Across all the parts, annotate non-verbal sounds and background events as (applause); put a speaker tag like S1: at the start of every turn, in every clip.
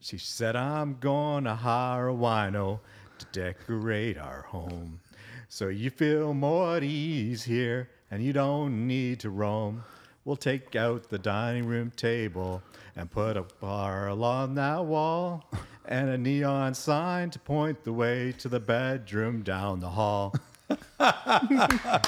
S1: She said, I'm gonna hire a wino to decorate our home. So you feel more at ease here and you don't need to roam. We'll take out the dining room table and put a bar along that wall and a neon sign to point the way to the bedroom down the hall.
S2: That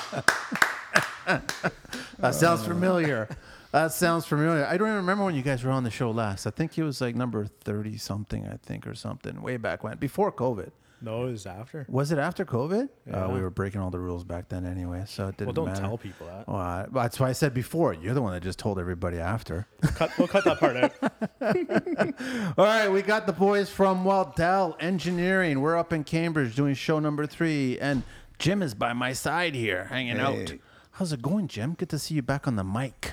S2: sounds familiar. That sounds familiar. I don't even remember when you guys were on the show last. I think it was like number 30 something, I think, or something, way back when, before COVID.
S3: (laughs) No, it was after.
S2: Was it after COVID? Uh, we were breaking all the rules back then anyway, so it didn't
S3: don't
S2: matter.
S3: tell people that.
S2: Well, I- that's why I said before. You're the one that just told everybody after. (laughs)
S3: Cut, we'll cut that (laughs) part out.
S2: All right, we got the boys from Waddell Engineering. We're up in Cambridge doing show number three, and Jim is by my side here, hanging out.
S4: Hey.
S2: How's it going, Jim? Good to see you back on the mic.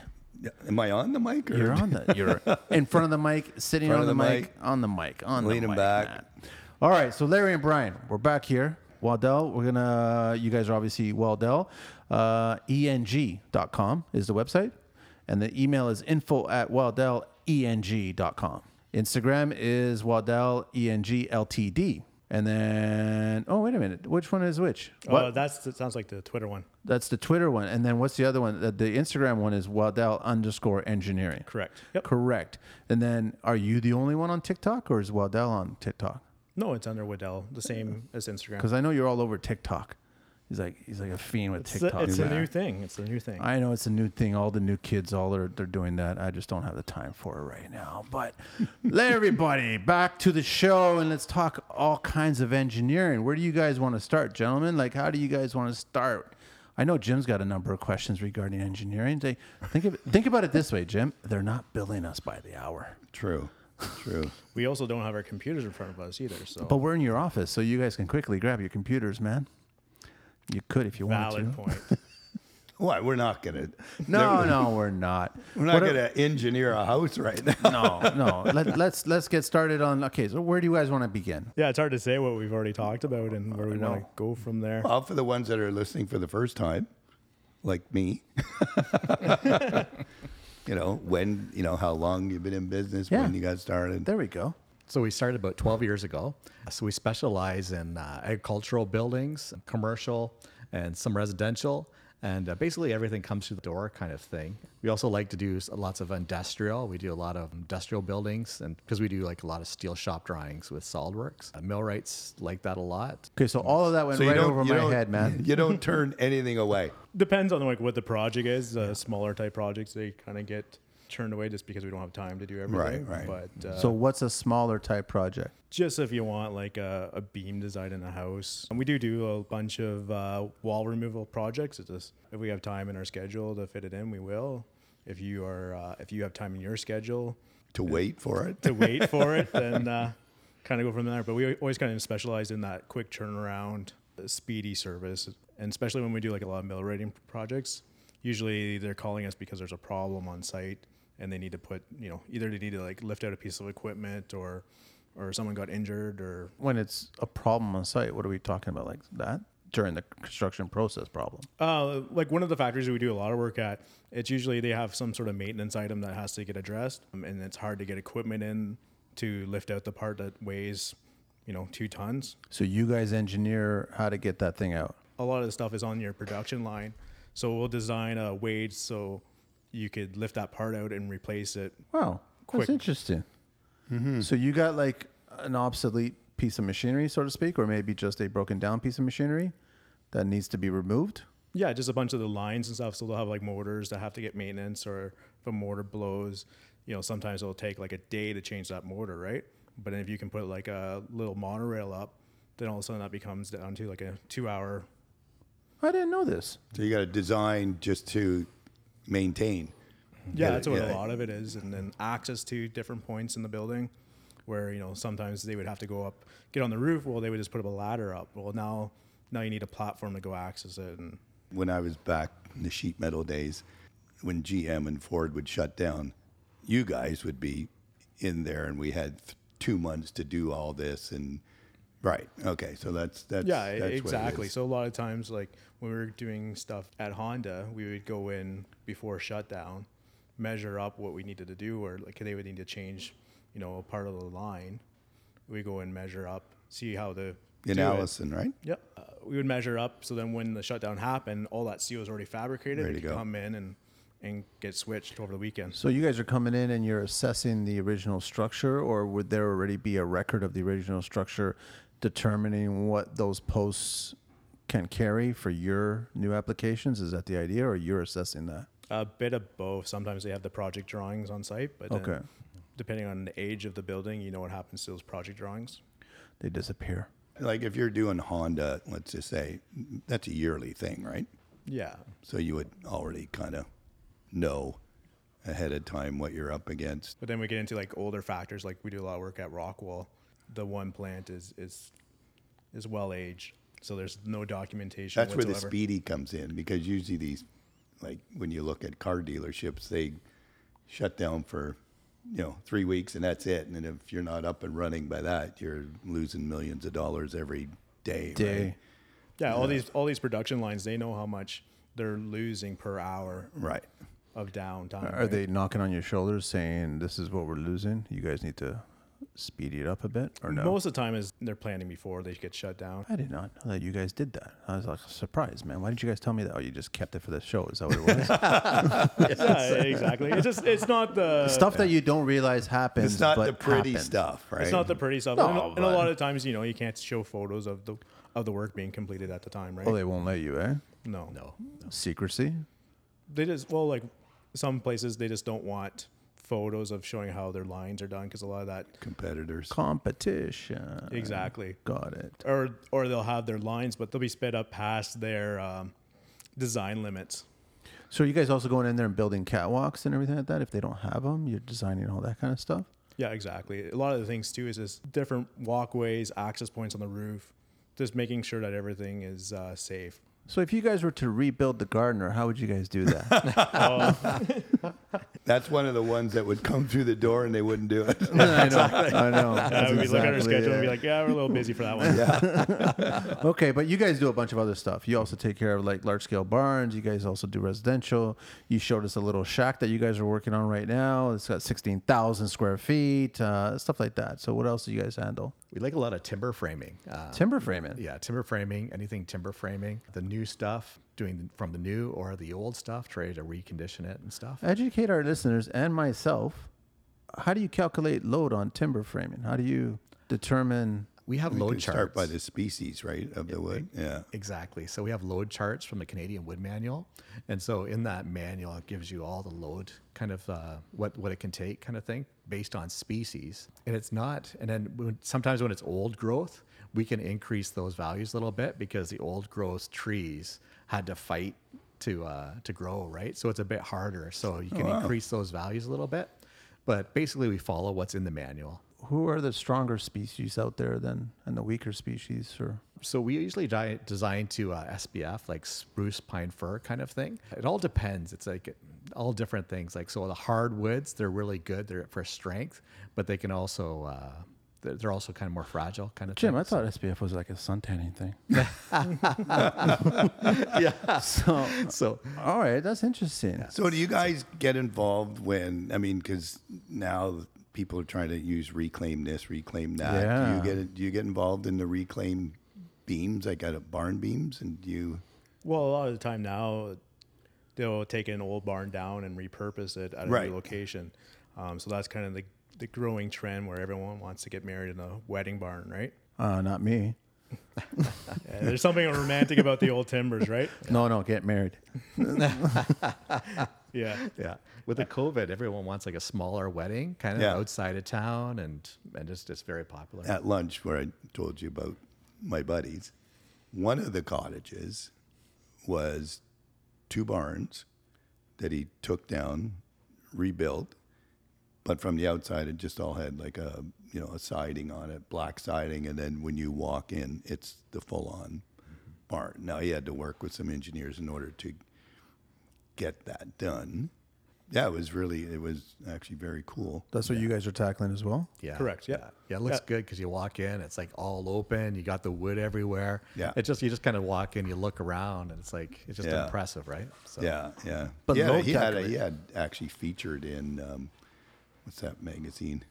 S4: Am I on the mic? Or
S2: You're on the.
S4: (laughs)
S2: You're in front of the mic, sitting
S4: Front
S2: on
S4: of
S2: the,
S4: the
S2: mic,
S4: mic.
S2: on the mic, on the
S4: Leaning
S2: mic.
S4: back.
S2: man. All right, so Larry and Brian, we're back here. Waddell, we're gonna. You guys are obviously Waddell. Uh, eng.com is the website, and the email is info at E waddelleng.com. Instagram is Waddell E eng ltd, and then oh wait a minute, which one is which?
S4: Uh,
S2: What?
S3: Oh, that's that sounds like the Twitter one.
S2: That's the Twitter one, and then what's the other one? The, the Instagram one is Waddell underscore engineering.
S3: Correct. Yep.
S2: Correct. And then, are you the only one on TikTok, or is Waddell on TikTok?
S3: No, it's under Waddell, the same as Instagram.
S2: Because I know you're all over TikTok. He's like he's like a fiend with
S3: It's, the-
S2: TikTok.
S3: it's a
S2: man.
S3: new thing. It's a new thing.
S2: I know it's a new thing. All the new kids, all are they're doing that. I just don't have the time for it right now.
S3: (laughs)
S2: But everybody, back to the show, and let's talk all kinds of engineering. Where do you guys want to start, gentlemen? Like, how do you guys want to start? I know Jim's got a number of questions regarding engineering. They think of, think about it this way, Jim. They're not billing us by the hour,
S4: True. True.
S3: we also don't have our computers in front of us either. So
S2: but we're in your office, so you guys can quickly grab your computers, man. You could if you wanted
S3: valid
S2: to.
S3: point.
S4: Why? We're not gonna.
S2: No, no, we're not.
S4: (laughs) We're not
S2: What a-
S4: gonna engineer a house right now.
S2: no, (laughs) no. Let, let's let's get started on. Okay, so where do you guys want to begin?
S3: yeah, it's hard to say what we've already talked about and where we
S2: know.
S3: want to go from there.
S4: Well, for the ones that are listening for the first time, like
S2: (laughs)
S4: me. you know when you know how long you've been in business when
S2: Yeah.
S4: you got started.
S2: There we go.
S1: So we started about 12 years ago. So we specialize in uh, agricultural buildings, commercial, and some residential. And uh, basically everything comes through the door kind of thing. We also like to do s- lots of industrial. We do a lot of industrial buildings and because we do like a lot of steel shop drawings with SolidWorks. Uh, millwrights like that a lot.
S2: Okay, so all of that went
S4: you
S2: right
S4: don't-
S2: over
S4: you
S2: my
S4: don't-
S2: head, man.
S4: You
S2: (laughs)
S4: don't turn anything away.
S3: Depends on like what the project is. Uh, Smaller type projects they kind of get turned away just because we don't have time to do everything.
S4: right.
S3: But uh,
S2: So what's a smaller type project?
S3: just if you want like a, a beam design in a house and we do do a bunch of uh, wall removal projects it's just if we have time in our schedule to fit it in we will if you are uh, if you have time in your schedule
S4: To wait for it.
S3: to wait for it (laughs) then uh, kind of go from there but we always kind of specialize in that quick turnaround uh, speedy service and especially when we do like a lot of mill rating projects usually they're calling us because there's a problem on site and they need to put you know either they need to like lift out a piece of equipment or or someone got injured or
S2: When it's a problem on site, what are we talking about like that during the construction process problem?
S3: Uh, like one of the factories that we do a lot of work at, it's usually they have some sort of maintenance item that has to get addressed, um, and it's hard to get equipment in to lift out the part that weighs, you know, two tons.
S2: So you guys engineer how to get that thing out.
S3: A lot of the stuff is on your production line, so we'll design a wage so you could lift that part out and replace it.
S2: Wow,
S3: Quick.
S2: that's interesting. So you got like an obsolete piece of machinery, so to speak, or maybe just a broken down piece of machinery that needs to be removed.
S3: Yeah, just a bunch of the lines and stuff. So they'll have like motors that have to get maintenance, or if a mortar blows, you know, sometimes it'll take like a day to change that mortar, right? But if you can put like a little monorail up, then all of a sudden that becomes down to like a two hour.
S2: I didn't know this.
S4: So you got to design just to maintain.
S3: Yeah,
S4: Yeah,
S3: that's what
S4: yeah.
S3: a lot of it is. And then access to different points in the building where, you know, sometimes they would have to go up, get on the roof. Well, they would just put up a ladder up. Well, now, now you need a platform to go access it. And
S4: When I was back in the sheet metal days, when GM and Ford would shut down, you guys would be in there, and we had th- two months to do all this. And right, okay, so that's that's
S3: Yeah, e-,
S4: that's what it
S3: exactly.
S4: is.
S3: So a lot of times, like when we were doing stuff at Honda, we would go in before shutdown, measure up what we needed to do, or like they would need to change you know a part of the line. We go and measure up, see how the
S4: in
S3: do it.
S4: Allison, right?
S3: Yep. Uh, we would measure up. So then when the shutdown happened, all that steel was already fabricated.
S4: Ready
S3: we
S4: to
S3: could
S4: go.
S3: come in and, and get switched over the weekend.
S2: So you guys are coming in and you're assessing the original structure, or would there already be a record of the original structure determining what those posts can carry for your new applications? Is that the idea, or you're assessing that?
S3: A bit of both. Sometimes they have the project drawings on site, but then
S2: Okay.
S3: depending on the age of the building, you know what happens to those project drawings.
S2: They disappear.
S4: Like if you're doing Honda, let's just say that's a yearly thing, right?
S3: Yeah.
S4: So you would already kind of know ahead of time what you're up against.
S3: But then we get into like older factors. Like we do a lot of work at Rockwall. The one plant is is is well aged, so there's no documentation.
S4: That's where the
S3: whatsoever.
S4: speedy comes in because usually these, like when you look at car dealerships, they shut down for, you know, three weeks and that's it. And then if you're not up and running by that, you're losing millions of dollars every day.
S2: Day.
S3: Yeah, all these all these production lines, they know how much they're losing per hour
S4: Right. right.
S3: of downtime.
S2: Are they knocking on your shoulders saying, This is what we're losing? You guys need to speed it up a bit, or no?
S3: Most of the time is they're planning before they get
S2: (laughs)
S3: shut down.
S2: I did not know that you guys did that. I was like, surprised, man. Why didn't you guys tell me that? Oh, you just kept it for the show. Is that what it was?
S3: yeah, exactly. It's just it's not
S2: (laughs)
S3: the
S2: stuff that you don't realize happens.
S4: It's not
S2: but
S4: the pretty
S2: happens.
S4: stuff, right?
S3: It's not the pretty stuff.
S2: No,
S3: and, and a
S2: but-
S3: lot of times, you know, you can't show photos of the of the work being completed at the time, right?
S2: Oh, they won't let you, eh?
S3: no.
S5: No.
S2: Secrecy.
S3: They just well, like some places they just don't want photos of showing how their lines are done because a lot of that
S4: competitors.
S2: competition.
S3: exactly.
S2: Got it.
S3: Or or they'll have their lines, but they'll be sped up past their um, design limits.
S2: So are you guys also going in there and building catwalks and everything like that? If they don't have them, you're designing all that kind of stuff.
S3: Yeah, exactly. A lot of the things too is just different walkways, access points on the roof, just making sure that everything is uh, safe.
S2: So if you guys were to rebuild the gardener, how would you guys do (laughs) that?
S4: That's one of the ones that would come through the door and they wouldn't do it. (laughs)
S2: I know. I know.
S3: Uh,
S2: That's
S3: we'd look at our
S2: exactly
S3: schedule and be
S2: it.
S3: like, yeah, we're a little busy for that
S2: (laughs)
S3: one.
S2: okay, but you guys do a bunch of other stuff. You also take care of like large scale barns. You guys also do residential. You showed us a little shack that you guys are working on right now. It's got 16,000 square feet, uh, stuff like that. So what else do you guys handle?
S5: We like a lot of timber framing. Uh,
S2: Timber framing.
S5: yeah, timber framing, anything timber framing, the new stuff, doing from the new or the old stuff, try to recondition it and
S4: Eh,
S5: stuff.
S2: Educate our listeners and myself. How do you calculate load on timber framing? How do you determine?
S5: We have
S4: You
S5: load
S4: can Start
S5: charts.
S4: by the species, right, of the wood. Yeah.
S5: Exactly. So we have load charts from the Canadian Wood Manual, and so in that manual it gives you all the load, kind of uh, what what it can take, kind of thing, based on species. And it's not. And then when, sometimes when it's old growth, we can increase those values a little bit because the old growth trees had to fight to uh, to grow, right? So it's a bit harder. So you can increase those values a little bit, but basically we follow what's in the manual.
S2: Who are the stronger species out there than and the weaker species? Or
S5: So we usually di- design to uh, SPF, like spruce, pine, fir kind of thing. It all depends. It's like all different things. Like so, the hardwoods they're really good. They're for strength, but they can also uh, they're, they're also kind of more fragile kind of.
S2: Jim, I
S5: thing.
S2: thought SPF was like a suntanning (laughs) thing.
S5: (laughs) yeah.
S2: so,
S5: So
S2: all right, that's interesting.
S4: So do you guys get involved when I mean because now people are trying to use reclaim this, reclaim that. Do
S2: Yeah.
S4: you get do you get involved in the reclaim beams like out of barn beams and do you
S3: Well, a lot of the time now, they'll take an old barn down and repurpose it at a
S4: Right.
S3: new location. Um, so that's kind of the, the growing trend where everyone wants to get married in a wedding barn, right?
S2: Uh, not me.
S3: Yeah, there's something romantic about the old timbers, right?
S2: No, no, get married.
S3: Yeah.
S5: yeah, with the COVID, everyone wants like a smaller wedding, kind of
S4: Yeah.
S5: outside of town, and and it's just very popular.
S4: at lunch where I told you about my buddies, one of the cottages was two barns that he took down, rebuilt, but from the outside it just all had like a you know a siding on it, black siding, and then when you walk in, it's the full on barn. Now he had to work with some engineers in order to get that done. Yeah, it was really it was actually very cool.
S2: That's what you guys are tackling as well.
S5: Yeah.
S3: Correct, yeah.
S5: Yeah. Yeah. It looks good 'cause good because you walk in, it's like all open. You got the wood everywhere.
S4: Yeah.
S5: It's just, you just kind of walk in, you look around, and it's like, it's just
S4: Yeah.
S5: impressive, right? So,
S4: Yeah, yeah.
S2: But
S4: yeah,
S2: low
S4: he had a,
S2: calculate-
S4: he had actually featured in um, what's that magazine?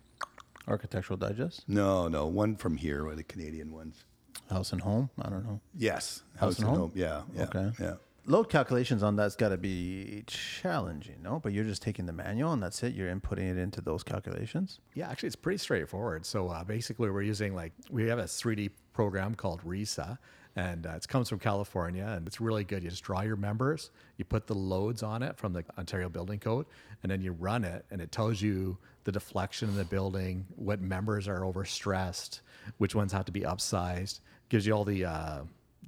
S2: Architectural Digest,
S4: No, no, one from here, one of the Canadian ones.
S2: House and Home. I don't know.
S4: Yes,
S2: House and Home?
S4: Yeah, yeah,
S2: Okay.
S4: yeah.
S2: Load calculations on that's got to be challenging, no? But you're just taking the manual and that's it. You're inputting it into those calculations.
S5: Yeah, actually, it's pretty straightforward. So uh, basically, we're using like we have a 3D program called RESA, and uh, it comes from California, and it's really good. You just draw your members, you put the loads on it from the Ontario Building Code, and then you run it, and it tells you the deflection in the building, what members are overstressed, which ones have to be upsized, gives you all the uh,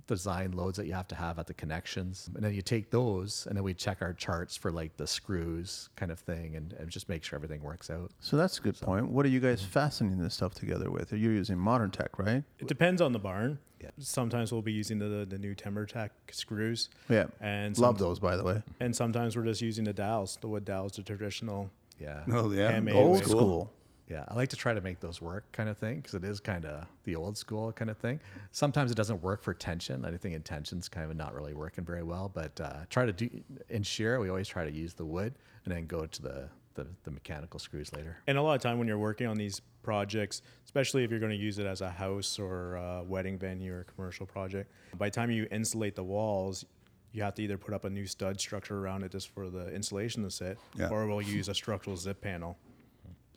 S5: design loads that you have to have at the connections. And then you take those, and then we check our charts for like the screws kind of thing, and, and just make sure everything works out.
S2: So that's a good point. What are you guys fastening this stuff together with? You're using modern tech, right?
S3: It depends on the barn. Sometimes we'll be using the the new Timbertech screws.
S2: Yeah.
S3: And
S2: Love
S3: some-
S2: those, by the way.
S3: And sometimes we're just using the dowels, the wood dowels, the traditional.
S5: Yeah.
S4: Oh yeah,
S3: Handmade
S4: old
S2: Old
S3: Anyway.
S2: school.
S5: Yeah, I like to try to make those work kind of thing because it is kind of the old school kind of thing. Sometimes it doesn't work for tension. I think in tension's kind of not really working very well, but uh, try to do in shear. We always try to use the wood and then go to the, the, the mechanical screws later.
S3: And a lot of time when you're working on these projects, especially if you're going to use it as a house or a wedding venue or a commercial project, by the time you insulate the walls, you have to either put up a new stud structure around it just for the insulation to sit,
S4: Yeah.
S3: or we'll use a structural zip panel.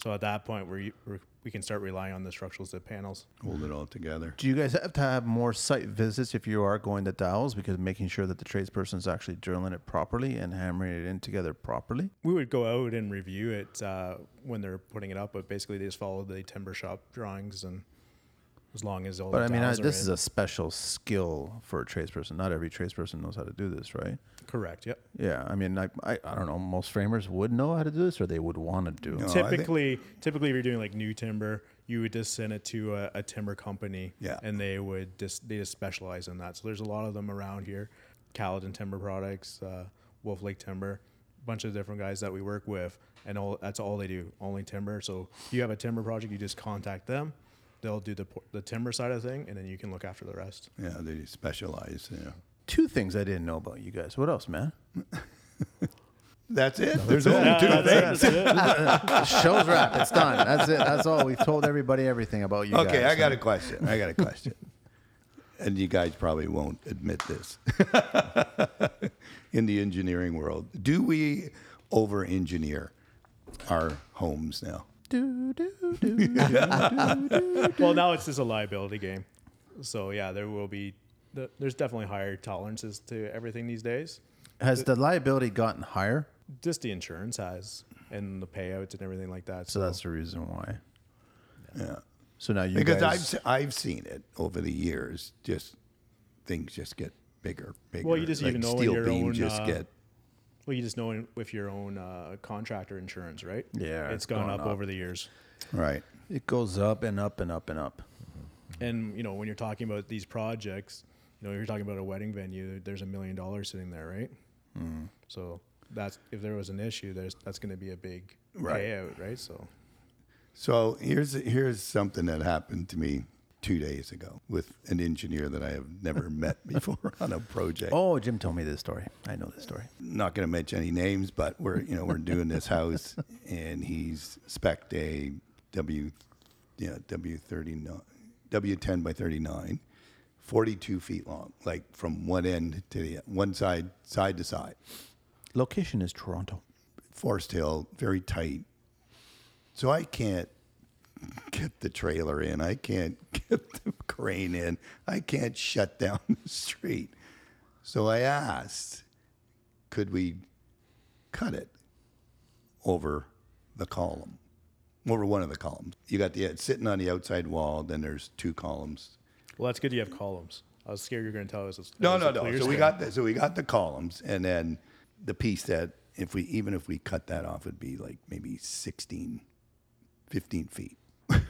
S3: So at that point, we're, we're, we can start relying on the structural zip panels.
S4: Hold it all together.
S2: Do you guys have to have more site visits if you are going to dowels because making sure that the tradesperson is actually drilling it properly and hammering it in together properly?
S3: We would go out and review it uh, when they're putting it up, but basically they just follow the timber shop drawings and as long as all.
S2: But
S3: the
S2: I mean, I,
S3: tiles are
S2: this
S3: in.
S2: is a special skill for a tradesperson. Not every tradesperson knows how to do this, right?
S3: correct. Yep.
S2: Yeah, I mean, I, I, I don't know. Most framers would know how to do this, or they would want to do.
S4: No.
S2: it.
S4: Oh, I think-
S3: typically, typically, if you're doing like new timber, you would just send it to a, a timber company,
S4: Yeah.
S3: and they would just they just specialize in that. So there's a lot of them around here, Caledon Timber Products, uh, Wolf Lake Timber, bunch of different guys that we work with, and all that's all they do, only timber. So if you have a timber project, you just contact them. They'll do the por- the timber side of the thing, and then you can look after the rest.
S4: Yeah, they specialize. Yeah,
S2: Two things I didn't know about you guys. What else, (laughs) man?
S4: that's it. There's only two
S3: That's it,
S4: things.
S3: that's it.
S2: Show's wrap. It's done. That's it. That's all. We've told everybody everything about you.
S4: Okay,
S2: guys.
S4: I got a question. I got a question. and you guys probably won't admit this. (laughs) In the engineering world, do we over engineer our homes now?
S2: Do, do, do.
S3: well, now it's just a liability game. So yeah, there will be the, there's definitely higher tolerances to everything these days.
S2: Has the liability gotten higher?
S3: Just the insurance has and the payouts and everything like that.
S2: So that's the reason why.
S4: Yeah.
S2: So now you
S4: Because I've,
S2: guys.
S4: se- I've seen it over the years, just things just get bigger, bigger.
S3: Well, you just
S4: like
S3: even know when
S4: steel
S3: your
S4: beams
S3: own,
S4: just
S3: uh,
S4: get
S3: well, you just know in- with your own uh, contractor insurance, right?
S2: Yeah,
S3: it's
S2: it's
S3: gone
S2: gone
S3: up,
S2: up.
S3: over the years.
S4: right.
S2: it goes up and up and up and up.
S3: And you know when you're talking about these projects, you know you're talking about a wedding venue. There's a million dollars sitting there, right? So that's if there was an issue, there's that's going to be a big
S4: Right.
S3: payout, right? So
S4: So here's here's something that happened to me two days ago with an engineer that I have never (laughs) met before on a project.
S2: Oh, Jim told me this story. I know this story.
S4: not going to mention any names, but we're you know we're doing this house, and he's spec a W, yeah W thirty nine W ten by 39, 42 feet long, like from one end to the one side side to side,
S2: Location is Toronto.
S4: forest hill, very tight. So I can't get the trailer in. I can't (laughs) get the crane in. I can't shut down the street. So I asked, could we cut it over the column, over one of the columns? You got the it's sitting on the outside wall. Then there's two columns.
S3: well, that's good. You have columns. I was scared you were going to tell us. it's-
S4: No,
S3: it's
S4: no,
S3: a
S4: no.
S3: clear
S4: So we
S3: span.
S4: got the, so we got the columns, and then the piece that if we even if we cut that off, it'd be like maybe 16, 15 feet. (laughs)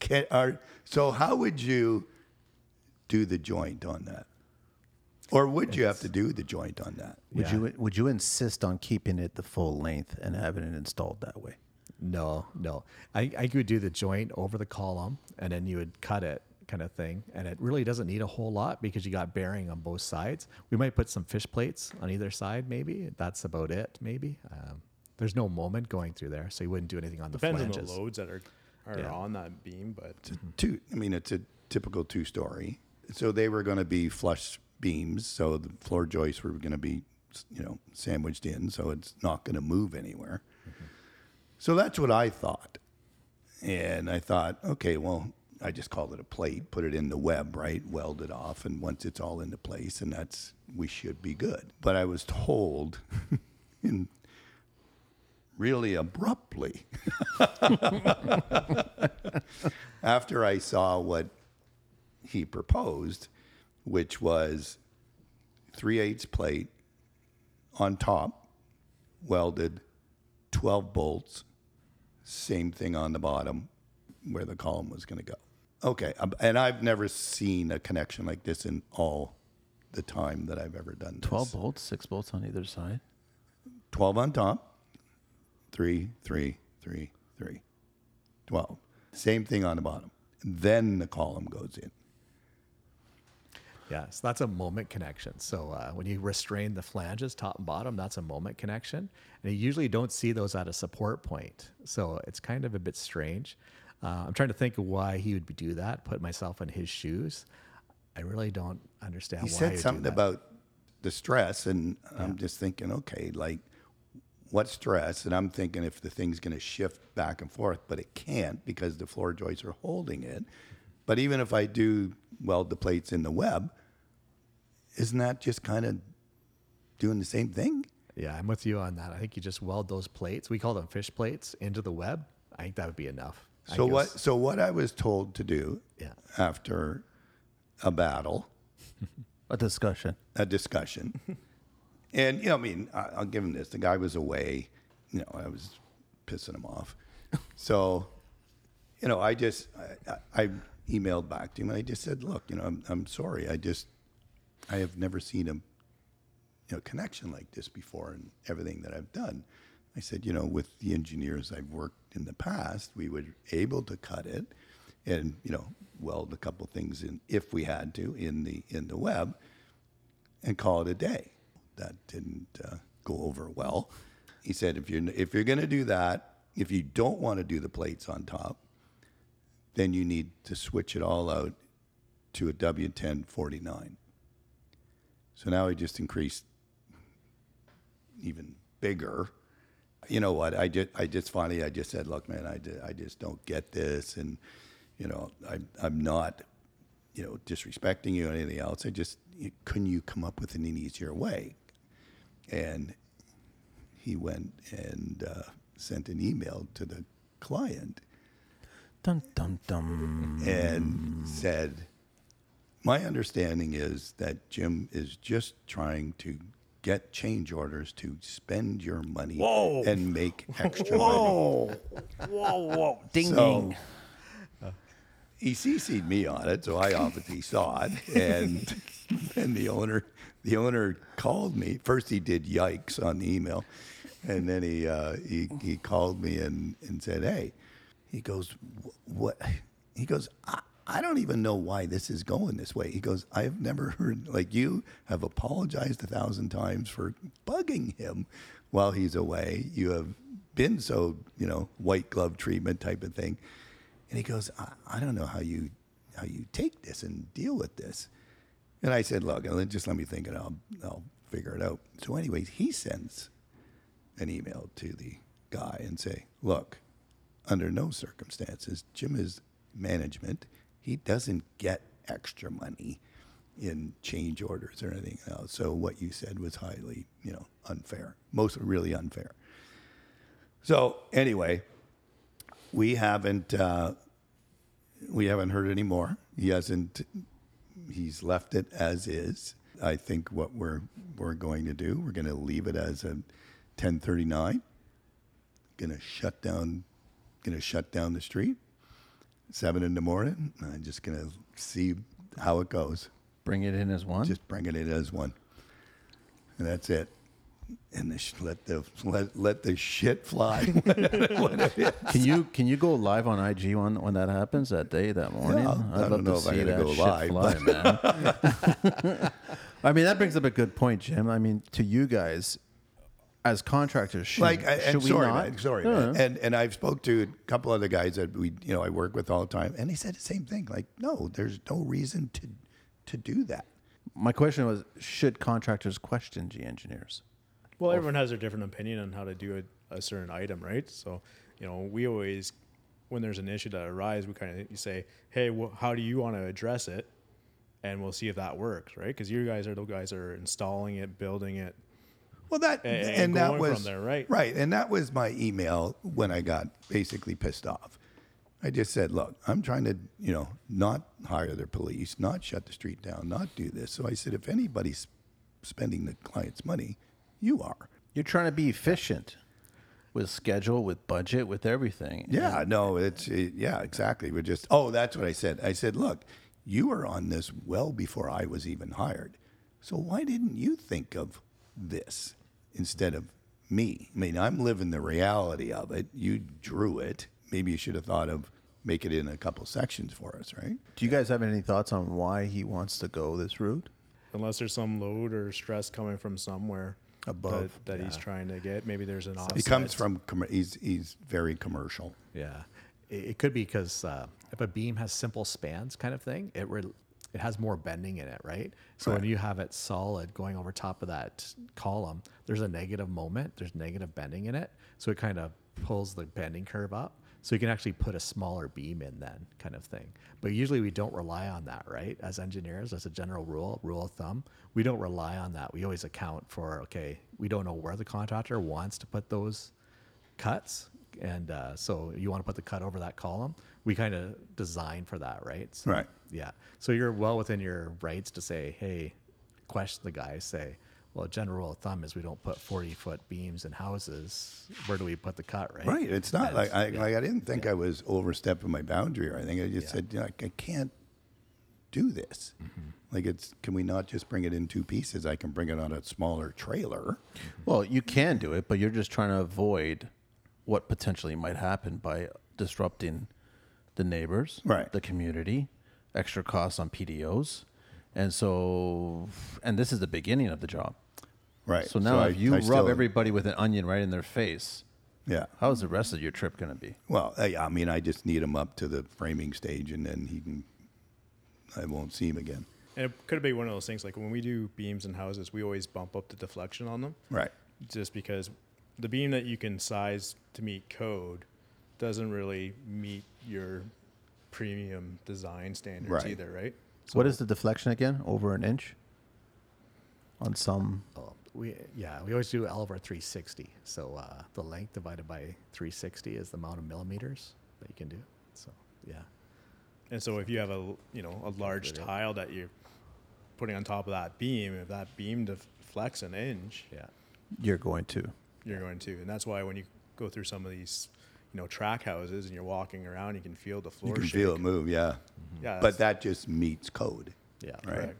S4: Can, are, so how would you do the joint on that, or would you have to do the joint on that?
S2: Would
S5: Yeah.
S2: you would you insist on keeping it the full length and having it installed that way?
S5: No, no. I, I would do the joint over the column and then you would cut it kind of thing. And it really doesn't need a whole lot because you got bearing on both sides. We might put some fish plates on either side, maybe. That's about it, maybe. Um, there's no moment going through there, so you wouldn't do anything on the
S3: Depends on
S5: flanges.
S3: the loads that are. are are
S2: Yeah.
S3: on that beam, but
S4: two i mean it's a typical two story so they were going to be flush beams so the floor joists were going to be you know sandwiched in so it's not going to move anywhere so that's what i thought and i thought okay well i just called it a plate put it in the web right weld it off and once it's all into place and that's we should be good but i was told (laughs) in really abruptly after I saw what he proposed, which was three eighths plate on top, welded, 12 bolts, same thing on the bottom where the column was going to go. Okay. um, And I've never seen a connection like this in all the time that I've ever done this.
S2: Twelve bolts, six bolts on either side.
S4: 12 on top, three, three, three, three, 12. Same thing on the bottom. Then the column goes in.
S5: Yeah, so that's a moment connection. So uh, when you restrain the flanges, top and bottom, that's a moment connection. And you usually don't see those at a support point. So it's kind of a bit strange. Uh, I'm trying to think of why he would do that, put myself in his shoes. I really don't understand
S4: He
S5: why
S4: said
S5: he'd do
S4: something
S5: that.
S4: about the stress, and I'm just thinking, okay, like what stress? And I'm thinking if the thing's going to shift back and forth, but it can't because the floor joists are holding it. But even if I do weld the plates in the web, isn't that just kind of doing the same thing?
S5: Yeah, I'm with you on that. I think you just weld those plates. We call them fish plates into the web. I think that would be enough. I
S4: So what?
S5: guess-
S4: So what I was told to do
S5: Yeah.
S4: after a battle,
S2: A discussion.
S4: a discussion, and you know, I mean, I, I'll give him this. The guy was away. You know, I was pissing him off. So, you know, I just I, I, I emailed back to him and I just said, look, you know, I'm I'm sorry. I just I have never seen a you know, connection like this before and everything that I've done. I said, you know, with the engineers I've worked in the past, we were able to cut it and, you know, weld a couple things in if we had to in the in the web and call it a day. That didn't uh, go over well. He said, if you're if you're going to do that, if you don't want to do the plates on top, then you need to switch it all out to a W1049. So now he just increased even bigger. You know what? I just, I just finally, I just said, look, man, I, ju- I just don't get this. And, you know, I, I'm not, you know, disrespecting you or anything else. I just, you- couldn't you come up with an easier way? And he went and uh, sent an email to the client
S2: Dum dum dum. Mm.
S4: and said, My understanding is that Jim is just trying to get change orders to spend your money and make extra
S2: Whoa, whoa, whoa! Ding
S4: money. So he CC'd me on it, so I obviously saw it. And (laughs) then the owner the owner called me. First he did yikes on the email. And then he uh, he, he called me and, and said, Hey, he goes, "Wh- What? He goes, I, I don't even know why this is going this way. He goes, I've never heard, like, you have apologized a thousand times for bugging him while he's away. You have been so, you know, white glove treatment type of thing. And he goes, I, I don't know how you, how you take this and deal with this. And I said, look, I'll- just let me think and I'll, I'll figure it out. So anyways, he sends an email to the guy and say, look, under no circumstances, Jim is management. He doesn't get extra money in change orders or anything else. So what you said was highly, you know, unfair, mostly really unfair. So anyway, we haven't, uh, we haven't heard any more. He hasn't he's left it as is. I think what we're we're going to do, we're going to leave it as a 1039. Going to shut down, going to shut down the street. Seven in the morning. and I'm just going to see how it goes.
S2: Bring it in as one.
S4: Just bring it in as one, and that's it. And the sh- let the let, let the shit fly. (laughs)
S2: Can you can you go live on IG when when that happens that day that morning?
S4: Yeah, I don't know if I gotta go live,
S2: man.
S4: (laughs)
S2: (laughs) I mean, that brings up a good point, Jim. I mean, to you guys, as contractors, should,
S4: like I,
S2: should
S4: and
S2: we
S4: sorry,
S2: not?
S4: man, sorry, man. and and I've spoke to a couple other guys that we you know I work with all the time, and they said the same thing. Like, no, there's no reason to to do that.
S2: My question was: Should contractors question G engineers?
S3: Well, everyone has their different opinion on how to do a, a certain item, right? So, you know, we always, when there's an issue that arises, we kind of say, "Hey, wh- how do you want to address it?" And we'll see if that works, right? Because you guys are the guys that are installing it, building it.
S4: Well, that
S3: And-
S4: and,
S3: and
S4: that
S3: going
S4: was
S3: from there, right?
S4: right, and that was my email when I got basically pissed off. I just said, look, I'm trying to you know not hire the police, not shut the street down, not do this. So I said, if anybody's spending the client's money, you are.
S2: You're trying to be efficient with schedule, with budget, with everything.
S4: Yeah, no, it's it, yeah, exactly. We're just oh, that's what I said. I said, look, you were on this well before I was even hired, so why didn't you think of this instead of me? I mean, I'm living the reality of it. You drew it. Maybe you should have thought of make it in a couple sections for us, right?
S2: Do you guys have any thoughts on why he wants to go this route?
S3: Unless there's some load or stress coming from somewhere
S4: Above,
S3: that, that he's trying to get, maybe there's an offset.
S4: He comes from com- he's he's very commercial.
S5: Yeah, it, it could be because uh, if a beam has simple spans, kind of thing, it re- it has more bending in it, right? So when you have it solid going over top of that column, there's a negative moment, there's negative bending in it, so it kind of pulls the bending curve up. So you can actually put a smaller beam in then, kind of thing. But usually we don't rely on that, right? As engineers, as a general rule, rule of thumb, we don't rely on that. We always account for okay, we don't know where the contractor wants to put those cuts. And uh, so you want to put the cut over that column. We kind of design for that, right? So-
S4: Right.
S5: Yeah. So you're well within your rights to say, hey, question the guy, say, well, general rule of thumb is we don't put 40 foot beams in houses. Where do we put the cut, right?
S4: Right. It's not like I,
S5: That's-
S4: like I didn't think I was overstepping my boundary or anything. I just said, you know, like, I can't do this.
S2: Mm-hmm.
S4: Like, it's can we not just bring it in two pieces? I can bring it on a smaller trailer.
S2: Well, you can do it, but you're just trying to avoid what potentially might happen by disrupting the neighbors,
S4: Right.
S2: the community, extra costs on PDOs. And so, and this is the beginning of the job.
S4: Right.
S2: So now,
S4: I-
S2: if you
S4: I
S2: rub
S4: still-
S2: everybody with an onion right in their face,
S4: Yeah.
S2: how is the rest of your trip going to be?
S4: Well, I, I mean, I just need him up to the framing stage, and then he can. I won't see him again.
S3: And it could be one of those things like when we do beams in houses, we always bump up the deflection on them.
S4: Right.
S3: just because the beam that you can size to meet code doesn't really meet your premium design standards
S4: Right.
S3: either, right?
S2: what is the deflection again? Over an inch? On some.
S5: Oh, we yeah we always do L over 360 so uh, the length divided by 360 is the amount of millimeters that you can do so yeah
S3: And so if you have a you know a large tile that you're putting on top of that beam, if that beam deflects an inch,
S5: yeah
S2: You're going to.
S3: you're going to. And that's why when you go through some of these you know track houses and you're walking around, you can feel the
S4: You
S3: floor
S4: can
S3: shake.
S4: feel it move. Yeah.
S2: Mm-hmm.
S3: Yeah,
S4: But
S3: that's-
S4: that just meets code.
S5: yeah
S4: Right.
S3: Correct.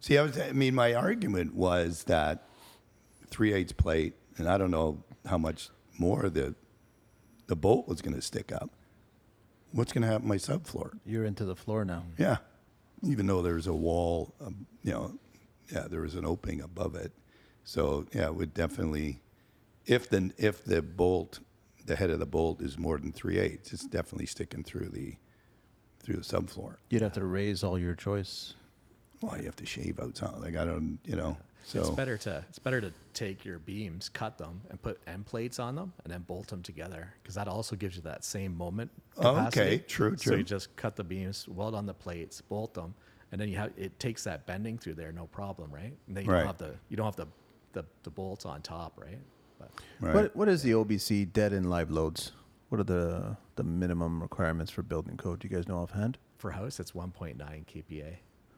S4: See, I was. I mean, my argument was that three eighths plate, and I don't know how much more the the bolt was going to stick up. What's going to happen to my subfloor?
S2: You're into the floor now.
S4: Yeah, even though there's a wall, um, you know, yeah, there was an opening above it. So yeah, it would definitely, if the if the bolt, the head of the bolt is more than three eighths, it's definitely sticking through the through the subfloor.
S2: You'd have to raise all your joists.
S4: Well, you have to shave out something. Like I don't, you know. So
S5: it's better to it's better to take your beams cut them and put end plates on them and then bolt them together because that also gives you that same moment
S4: Oh,
S5: capacity.
S4: okay. True,
S5: so
S4: true.
S5: you just cut the beams weld on the plates bolt them and then you have it takes that bending through there no problem right and then you
S4: Right.
S5: don't have the you don't have the the, the bolts on top right but
S4: right.
S2: What what is the OBC dead and live loads? What are the the minimum requirements for building code? Do you guys know offhand?
S5: for house it's 1.9 kpa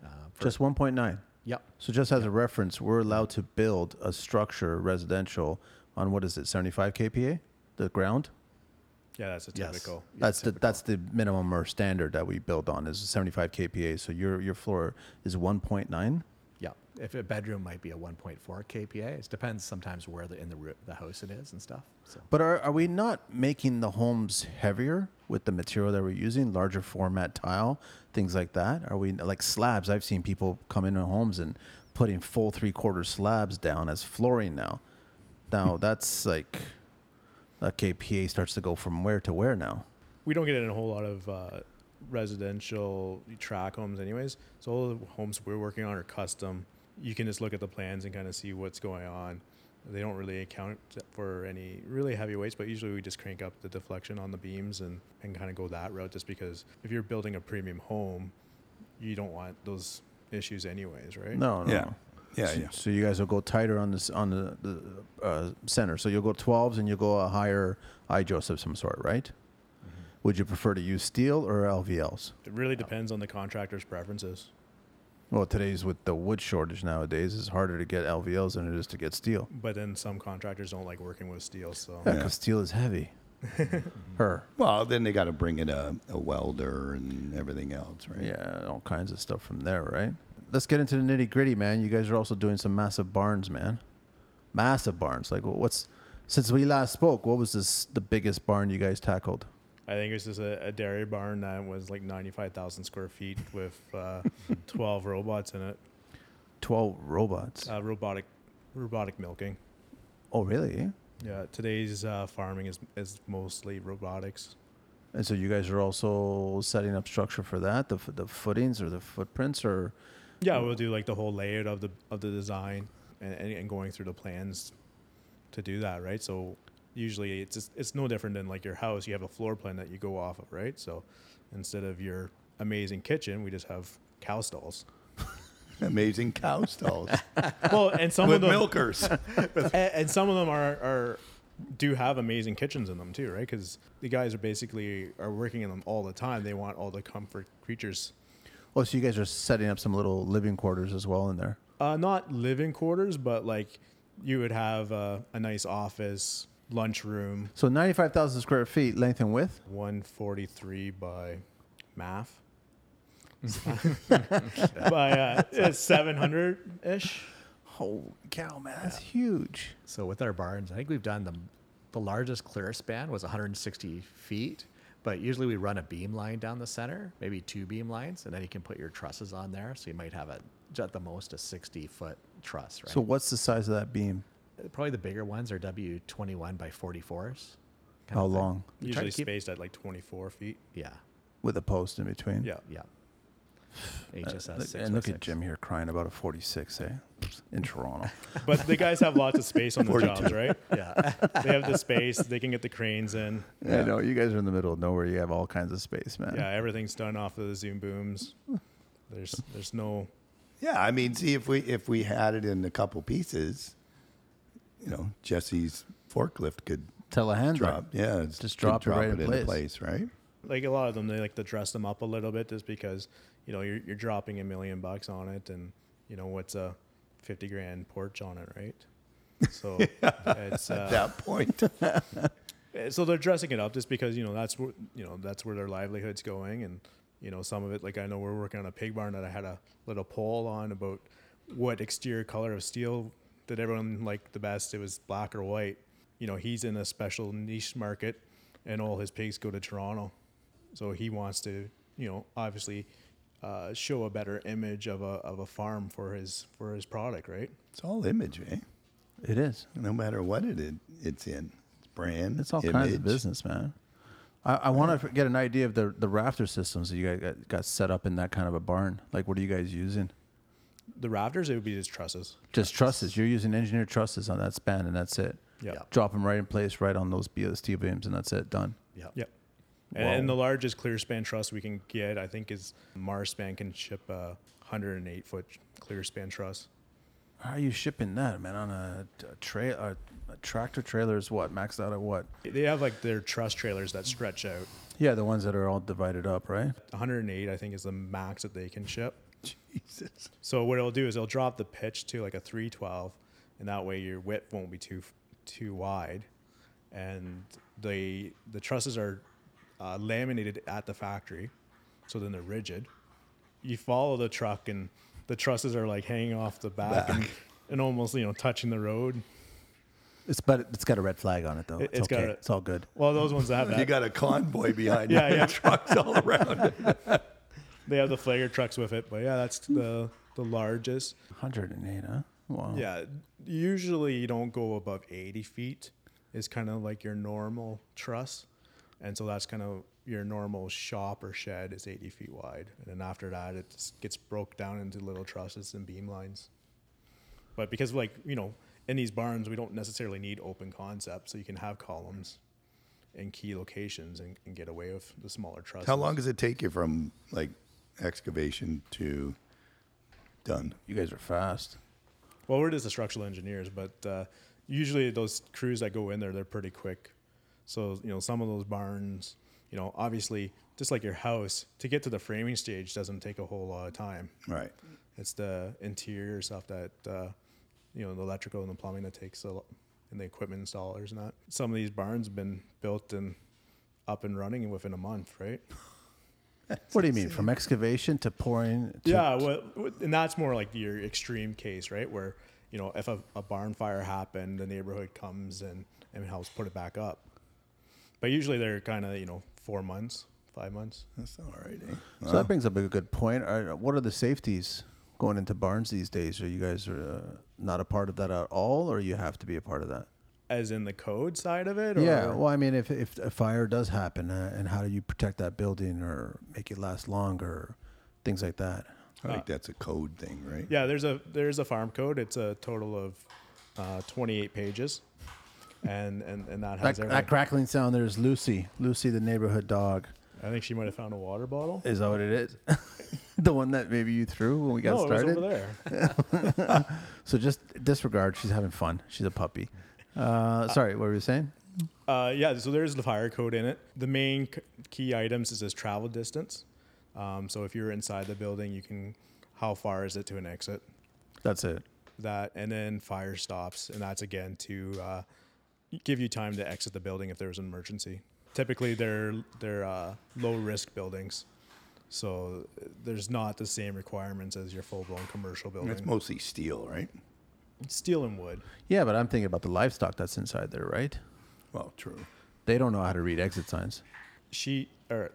S5: uh, for,
S2: Just 1.9.
S5: yep
S2: So just as a reference, we're allowed to build a structure residential on what is it, 75 kPa, the ground.
S3: Yeah, that's a
S5: Yes.
S3: typical.
S2: That's the that's the minimum or standard that we build on is 75 kPa. So your your floor is 1.9.
S5: Yeah, if a bedroom might be a 1.4 kPa, it depends sometimes where the in the roo- the house it is and stuff. So
S2: But are, are we not making the homes heavier with the material that we're using, larger format tile, things like that? Are we like slabs? I've seen people come into homes and putting full three quarter slabs down as flooring now.
S4: Hmm.
S2: Now that's like, okay, PA starts to go from where to where now.
S3: we don't get in a whole lot of uh, residential track homes anyways so all the homes we're working on are custom you can just look at the plans and kind of see what's going on they don't really account for any really heavy weights but usually we just crank up the deflection on the beams and, and kind of go that route just because if you're building a premium home you don't want those issues anyways right
S2: No, no.
S4: Yeah.
S2: no.
S4: Yeah,
S2: So,
S4: yeah.
S2: so you guys will go tighter on this on the, the uh, center. So you'll go twelves and you'll go a higher IJOS of some sort, right?
S4: Mm-hmm.
S2: Would you prefer to use steel or LVLs?
S3: it really depends on the contractor's preferences
S2: Well, today's with the wood shortage nowadays, it's harder to get LVLs than it is to get steel.
S3: but then some contractors don't like working with
S2: (laughs)
S3: steel so
S2: Yeah,
S4: Yeah.
S2: because steel is heavy. Her.
S4: Well, then they got to bring in a, a welder and everything else, right?
S2: Yeah, all kinds of stuff from there, right? Let's get into the nitty gritty, man. You guys are also doing some massive barns, man. Massive barns. Like, what's since we last spoke? What was this the biggest barn you guys tackled?
S3: I think it was just a, a dairy barn that was like 95,000 square feet with uh, 12 robots in it.
S2: Twelve robots.
S3: Uh, robotic, robotic milking.
S2: oh, really?
S3: Yeah, today's uh, farming is is mostly robotics.
S2: And so you guys are also setting up structure for that, the f- the footings or the footprints, or
S3: Yeah, we'll do like the whole layout of the of the design and, and, and going through the plans to do that, right? So usually it's just, it's no different than like your house. You have a floor plan that you go off of, right? So instead of your amazing kitchen, we just have cow stalls.
S4: (laughs) Amazing cow
S2: (laughs)
S4: stalls
S3: Well, and some of
S4: with
S3: them
S4: milkers.
S3: and, and some of them are, are do have amazing kitchens in them too, right? Because the guys are basically are working in them all the time. They want all the comfort creatures.
S2: oh, so you guys are setting up some little living quarters as well in there.
S3: Uh, not living quarters, but like you would have uh, a nice office, lunchroom,
S2: So ninety five thousand square feet, length and width.
S3: 143 by math. by uh, 700 ish.
S2: Holy cow, man, that's huge.
S5: So with our barns, I think we've done the the largest clear span was 160 feet, but usually we run a beam line down the center, maybe two beam lines, and then you can put your trusses on there. So you might have a at the most a 60 foot truss, right?
S2: So what's the size of that beam?
S5: probably the bigger ones are W21 by 44s.
S2: How long?
S5: We try to
S3: Usually
S5: keep-
S3: spaced at like 24 feet.
S5: Yeah,
S2: With a post in between.
S3: Yeah.
S5: yeah. HSS
S2: Uh, Look-
S5: six.
S2: and look
S5: by
S2: at
S5: six.
S2: Jim here crying about a 46, eh? In Toronto.
S3: But the guys have lots of space on the jobs, right?
S5: Yeah, (laughs)
S3: They have the space, they can get the cranes in.
S2: I know. You guys are in the middle of nowhere. You have all kinds of space, man.
S3: Yeah, everything's done off of the Zoom booms. There's there's no
S4: Yeah, I mean, see if we if we had it in a couple pieces, you know, Jesse's forklift could
S2: Telehandler.
S4: drop. Yeah, it's-
S2: Just
S4: could
S2: drop it right in
S4: it into
S2: place.
S4: place,
S2: (laughs)
S4: right?
S3: like a lot of them they like to dress them up a little bit just because you know you're you're dropping a million bucks on it and you know what's a fifty grand porch on it, right? So it's
S4: At
S3: uh,
S4: that point,
S3: Eh, so they're dressing it up just because you know that's where you know that's where their livelihood's going and you know some of it like I know we're working on a pig barn that I had a little poll on about what exterior color of steel did everyone like the best it was black or white you know he's in a special niche market and all his pigs go to Toronto so he wants to you know obviously uh, show a better image of a of a farm for his for his product right
S4: (laughs) it's all image, eh?
S2: It is.
S4: No matter what it, it it's in, it's brand.
S2: It's all
S4: image.
S2: kinds of business, man. I, I want to get an idea of the, the rafter systems that you guys got, got set up in that kind of a barn. Like, what are you guys using?
S3: the rafters it would be his trusses
S2: Just trusses. You're using engineered trusses on that span, and that's it.
S3: Yeah.
S5: Yeah.
S2: Drop them right in place, right on those BL steel beams, and that's it. Done.
S5: yeah,
S3: Yep. And, and the largest clear span truss we can get, I think, is Marspan can ship a 108 foot clear span truss.
S2: How are you shipping that, man? On a, a trail, a, a tractor trailer is what maxed out at what?
S3: They have like their truss trailers that stretch out.
S2: Yeah, the ones that are all divided up, right?
S3: 108, I think, is the max that they can ship.
S4: (laughs) Jesus.
S3: So what it'll do is it'll drop the pitch to like a 312, and that way your width won't be too too wide, and the the trusses are uh, laminated at the factory, so then they're rigid. You follow the truck, and the trusses are like hanging off the back, And, and almost you know touching the road.
S2: It's but it's got a red flag on it though.
S3: It-
S2: it's,
S3: it's got
S2: okay.
S3: a-
S2: it's all good.
S3: Well, those ones that
S4: (laughs)
S3: have
S4: You
S3: that,
S4: got a convoy
S2: (laughs)
S4: behind
S3: Yeah,
S4: you, (laughs)
S3: yeah.
S4: trucks all around.
S3: they have the flagger trucks with it, but yeah, that's the the largest.
S2: 108, huh? Wow.
S3: Yeah, usually you don't go above 80 feet is kind of like your normal truss and so that's kind of your normal shop or shed is 80 feet wide and then after that it just gets broke down into little trusses and beam lines but because like you know in these barns we don't necessarily need open concepts so you can have columns in key locations and, and get away with the smaller trusses
S4: How long does it take you from like excavation to done?
S2: You guys are fast.
S3: Well, we're just the structural engineers, but uh, usually those crews that go in there, they're pretty quick. So you know, some of those barns, you know, obviously, just like your house, to get to the framing stage doesn't take a whole lot of time.
S4: Right.
S3: It's the interior stuff that, uh, you know, the electrical and the plumbing that takes a lot, and the equipment installers and that. Some of these barns have been built and up and running within a month, right?
S2: what do you mean? From excavation to pouring? To,
S3: Yeah, well, w- and that's more like your extreme case, right? Where you know, if a, a barn fire happened, the neighborhood comes and and helps put it back up. But usually they're kind of you know four months, five months.
S4: That's all right. Eh?
S2: So that brings up a good point. Are, what are the safeties going into barns these days? Are you guys uh, not a part of that at all, or you have to be a part of that?
S3: As in the code side of it, or
S2: Yeah. Well, I mean, if if a fire does happen, uh, and how do you protect that building or make it last longer, things like that.
S4: I
S3: Ah.
S4: think that's a code thing, right?
S3: yeah. There's a there's a farm code. It's a total of uh, 28 pages, and and and
S2: That,
S3: that has
S2: that
S3: everything.
S2: crackling sound there is Lucy. Lucy, the neighborhood dog.
S3: I think she might have found a water bottle.
S2: Is that what it is? (laughs) the one that maybe you threw when we got
S3: no,
S2: started.
S3: it was over there.
S2: So just disregard. She's having fun. She's a puppy. (laughs) Uh, sorry, what were you saying?
S3: Uh, yeah, so there's the fire code in it. The main c- key items is this travel distance. Um, so if you're inside the building, you can how far is it to an exit?
S2: That's it.
S3: That and then fire stops, and that's again to uh, give you time to exit the building if there's an emergency. Typically, they're they're uh, low risk buildings, so there's not the same requirements as your full blown commercial building.
S4: It's mostly steel, right?
S3: Steel and wood.
S2: Yeah, but I'm thinking about the livestock that's inside there, right?
S4: Well,
S3: (laughs)
S4: true.
S2: They don't know how to read
S4: (laughs)
S2: exit signs.
S3: Sheet or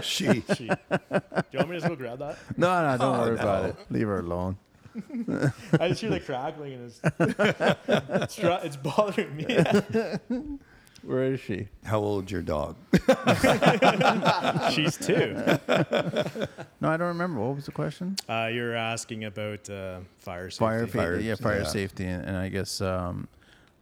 S4: She
S3: sheet. Do you want me to just go grab that?
S2: No, no, don't
S4: Oh,
S2: worry about
S4: no.
S2: it. Leave her alone.
S3: (laughs) I just hear the crackling and it's (laughs) it's, dra- it's bothering me.
S2: Where is she?
S4: How old's your dog?
S3: (laughs) (laughs) She's two.
S2: No, I don't remember. What was the question?
S3: Uh, you're asking about uh, fire safety.
S2: Fire, fa-
S4: Fire-
S2: yeah, fire
S4: yeah.
S2: safety, and, and I guess um,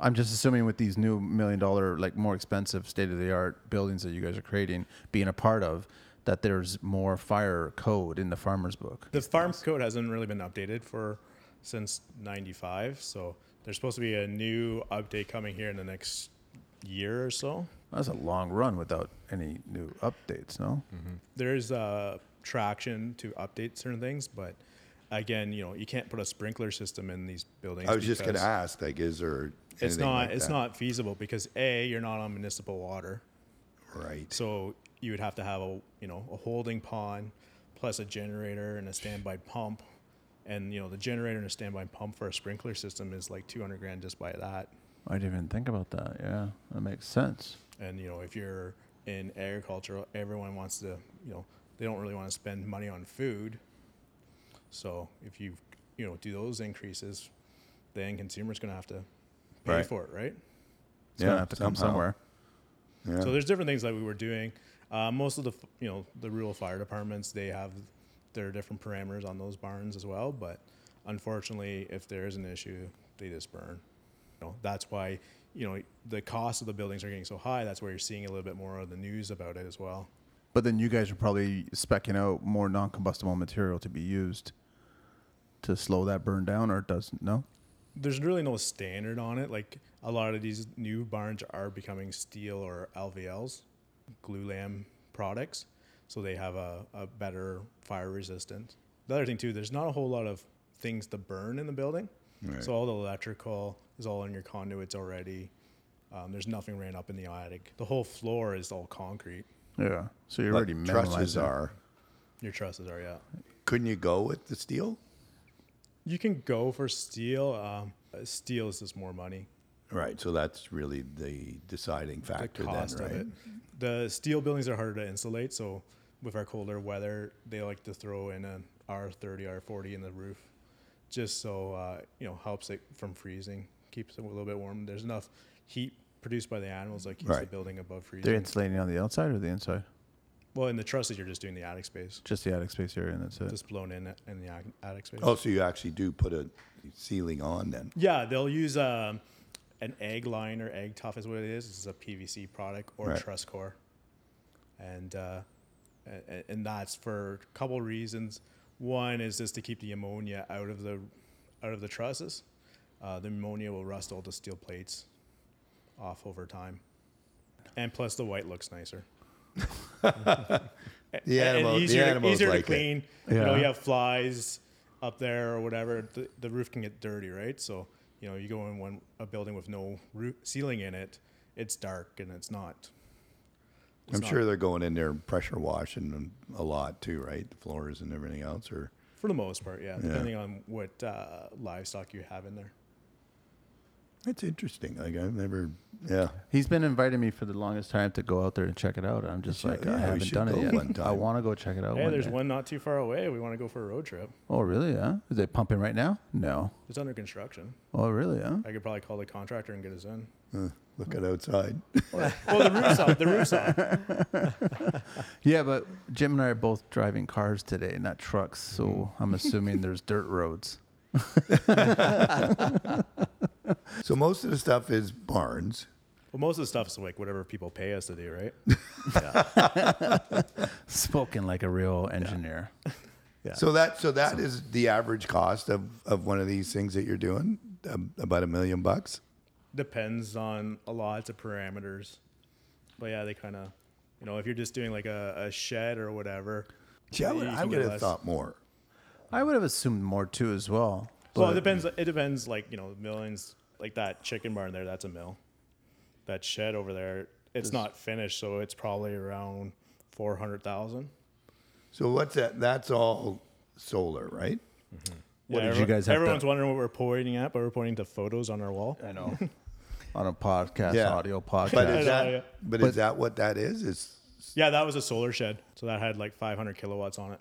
S2: I'm just assuming with these new million dollar, like more expensive, state of the art buildings that you guys are creating, being a part of, that there's more fire code in the farmer's book.
S3: The farm code hasn't really been updated for since '95, so there's supposed to be a new update coming here in the next year or so.
S2: That's a long run without any new updates, no?
S4: Mm.
S3: There's uh, traction to update certain things, but again, you know, you can't put a sprinkler system in these buildings.
S4: I was just going to
S3: because-
S4: ask, like, is there?
S3: It's
S4: anything
S3: not.
S4: like
S3: it's
S4: that?
S3: not feasible because a you're not on municipal water.
S4: right.
S3: So you would have to have a you know a holding pond, plus a generator and a standby pump, and you know the generator and a standby pump for a sprinkler system is like two hundred grand just by that.
S2: I didn't even think about that. Yeah, that makes sense.
S3: And you know if you're in agriculture, everyone wants to you know they don't really want to spend money on food. So if you you know do those increases, then consumers gonna have to pay
S4: Right.
S3: for it, right?
S2: It's gonna have to come
S4: somehow.
S2: somewhere.
S4: Yeah.
S3: So there's different things that we were doing. Uh, most of the f- you know the rural fire departments they have their different parameters on those barns as well. But unfortunately, if there is an issue, they just burn. You know, that's why you know the cost of the buildings are getting so high. That's where you're seeing a little bit more of the news about it as well.
S2: But then you guys are probably specking out more non-combustible material to be used to slow that burn down, or it doesn't. No,
S3: There's really no standard on it. Like a lot of these new barns are becoming steel or LVLs, glue lam products, so they have a, a better fire resistance. The other thing too, there's not a whole lot of things to burn in the building, so all the electrical is all in your conduits already. Um, there's nothing ran up in the attic. The whole floor is all concrete.
S2: yeah. So you're
S4: But
S2: already
S4: trusses
S2: minimizing.
S4: are.
S3: Your trusses are yeah.
S4: Couldn't you go with the steel?
S3: You can go for steel. Um, uh, steel is just more money.
S4: Right. So that's really the deciding factor
S3: the cost
S4: then,
S3: of
S4: right?
S3: it. The steel buildings are harder to insulate, so with our colder weather, they like to throw in an R30, R40 in the roof just so uh, you know helps it from freezing, keeps it a little bit warm. There's enough heat produced by the animals that keeps the
S4: Right.
S3: building above freezing.
S2: They're insulating on the outside or the inside?
S3: Well, in the trusses, you're just doing the attic space,
S2: Just the attic space area, and that's it.
S3: just blown in in the attic- attic space.
S4: Oh, so you actually do put a ceiling on then?
S3: Yeah, they'll use um, an egg line or egg tough is what it is. This is a PVC product or
S4: Right.
S3: truss core, and uh, and, and that's for a couple reasons. One is just to keep the ammonia out of the out of the trusses. Uh, the ammonia will rust all the steel plates off over time, and plus the white looks nicer.
S4: The
S3: and
S4: animal- the
S3: easier,
S4: animals
S3: easier
S4: like it.
S3: to clean. You know,
S2: Yeah.
S3: you have flies up there or whatever. The, the roof can get dirty, right? So you know, you go in one a building with no roof, ceiling in it. It's dark and it's not. it's
S4: I'm
S3: not-
S4: sure they're going in there and pressure washing them a lot too, right? The floors and everything else, or
S3: for the most part, yeah.
S4: Yeah.
S3: Depending on what uh, livestock you have in there.
S4: that's interesting. Like I've never, yeah,
S2: He's been inviting me for the longest time to go out there and check it out. I'm just
S4: should-
S2: like,
S4: yeah,
S2: I
S4: we
S2: haven't
S4: should
S2: done
S4: go
S2: it yet.
S4: one time.
S2: I want to go check it out.
S3: Hey,
S2: one
S3: there's
S2: day.
S3: one not too far away. We want to go for a road trip.
S2: Oh, really? Huh? Is they pumping right now? No.
S3: It's under construction.
S2: Oh, really? Huh?
S3: I could probably call the contractor and get us in.
S4: uh, look at outside. (laughs)
S3: Well, the roof's up. The roof's
S2: (laughs)
S3: up.
S2: Yeah, but Jim and I are both driving cars today, not trucks. So
S4: Mm-hmm. (laughs)
S2: I'm assuming there's dirt roads.
S4: so most of the stuff is barns.
S3: Well, most of the stuff's like whatever people pay us to do, right?
S2: Spoken like a real engineer.
S4: So that so that is the average cost of of one of these things that you're doing, um, about a million bucks.
S3: depends on a lot of parameters. But yeah, they kind of, you know, if you're just doing like a, a shed or whatever.
S4: See, I would,
S3: you
S4: I
S3: can
S4: would
S3: get
S4: have
S3: less.
S4: thought more.
S2: I would have assumed more too, as well.
S3: Well,
S2: but-
S3: it depends. It depends, like you know, millions. Like that chicken barn there, that's a mill. That shed over there, it's not finished, so it's probably around four hundred thousand.
S4: So what's that? That's all solar, right?
S3: What
S2: did you guys have to-
S3: Everyone's wondering what we're pointing at, but we're pointing to photos on our wall.
S2: I
S3: (laughs)
S2: know. On a podcast, audio podcast.
S4: But
S3: I
S4: is
S3: know,
S4: that
S3: yeah.
S4: but, is that what that is? Is
S3: Yeah, that was a solar shed, so that had like five hundred kilowatts on it.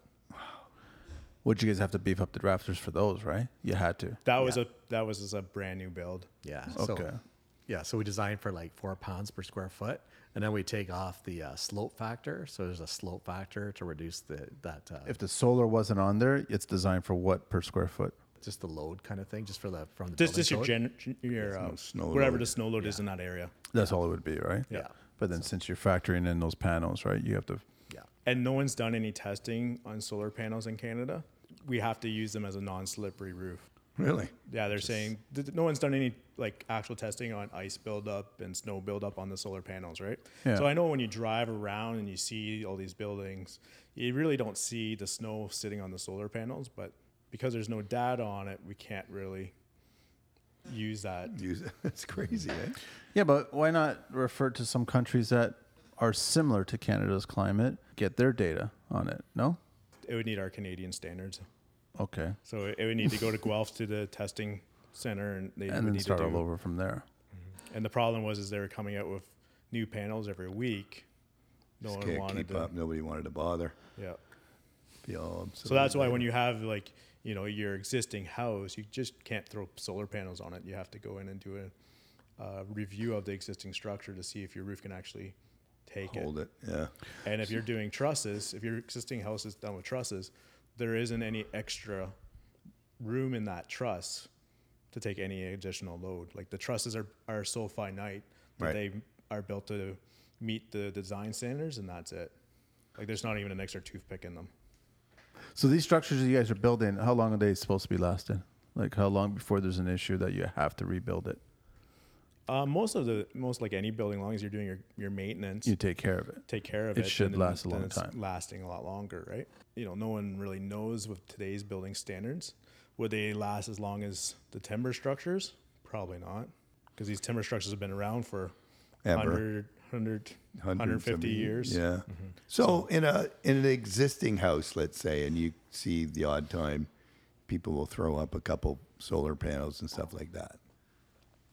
S2: Would you guys have to beef up the drafters for those, right? You had to.
S3: That was a that was just a brand new build.
S5: Yeah.
S2: Okay.
S5: So, yeah. So we design for like four pounds per square foot, and then we take off the uh, slope factor. So there's a slope factor to reduce the that uh,
S2: If the solar wasn't on there, it's designed for what per square foot?
S5: just the load kind of thing, just for the from the
S4: Oh,
S3: Just
S5: building
S3: just your
S5: code.
S3: gen, your uh,
S4: snow
S3: whatever
S4: load.
S3: the snow load is in that area.
S2: That's all it would be, right?
S5: Yeah.
S2: But then since you're factoring in those panels, right, you have to.
S5: yeah.
S3: and no one's done any testing on solar panels in Canada. We have to use them as a non-slippery roof.
S4: really
S3: Yeah, they're saying th- no one's done any like actual testing on ice buildup and snow buildup on the solar panels, right?
S2: Yeah.
S3: So I know when you drive around and you see all these buildings, you really don't see the snow sitting on the solar panels, but because there's no data on it, we can't really use
S4: (laughs)
S3: that.
S4: use That's crazy. Eh?
S2: Yeah, but why not refer to some countries that are similar to Canada's climate, get their data on it? No?
S3: It would need our Canadian standards.
S2: Okay.
S3: So it it would need to
S4: (laughs)
S3: go to Guelph to the testing center and they would
S2: And then
S3: need
S2: start
S3: to do
S2: all over from there.
S3: And the problem was is they were coming out with new panels every week. No
S4: Just
S3: one
S4: can't
S3: wanted
S4: keep
S3: to.
S4: up. Nobody wanted to bother.
S3: Yeah.
S4: Be all
S3: So that's why when you have like, you know, your existing house, you just can't throw solar panels on it. You have to go in and do a uh, review of the existing structure to see if your roof can actually take it.
S4: hold it. Yeah.
S3: And if you're doing trusses, if your existing house is done with trusses, there isn't any extra room in that truss to take any additional load. Like the trusses are, are so finite that
S4: Right.
S3: they are built to meet the design standards, and that's it. Like there's not even an extra toothpick in them.
S2: So these structures that you guys are building, how long are they supposed to be lasting? Like how long before there's an issue that you have to rebuild it?
S3: Uh, most of the most like any building, as long as you're doing your, your maintenance,
S2: You take care of it.
S3: take care of
S2: It
S3: it.
S2: should
S3: and then-
S2: last a
S3: then
S2: long
S3: it's
S2: time.
S3: Lasting a lot longer, right? You know, no one really knows with today's building standards would they last as long as the timber structures? Probably not, because these timber structures have been around for
S4: Ever.
S3: 100, 100,
S4: Hundreds of
S3: 150 years.
S4: Yeah. So in a in an existing house, let's say, and you see the odd time, people will throw up a couple solar panels and stuff like that.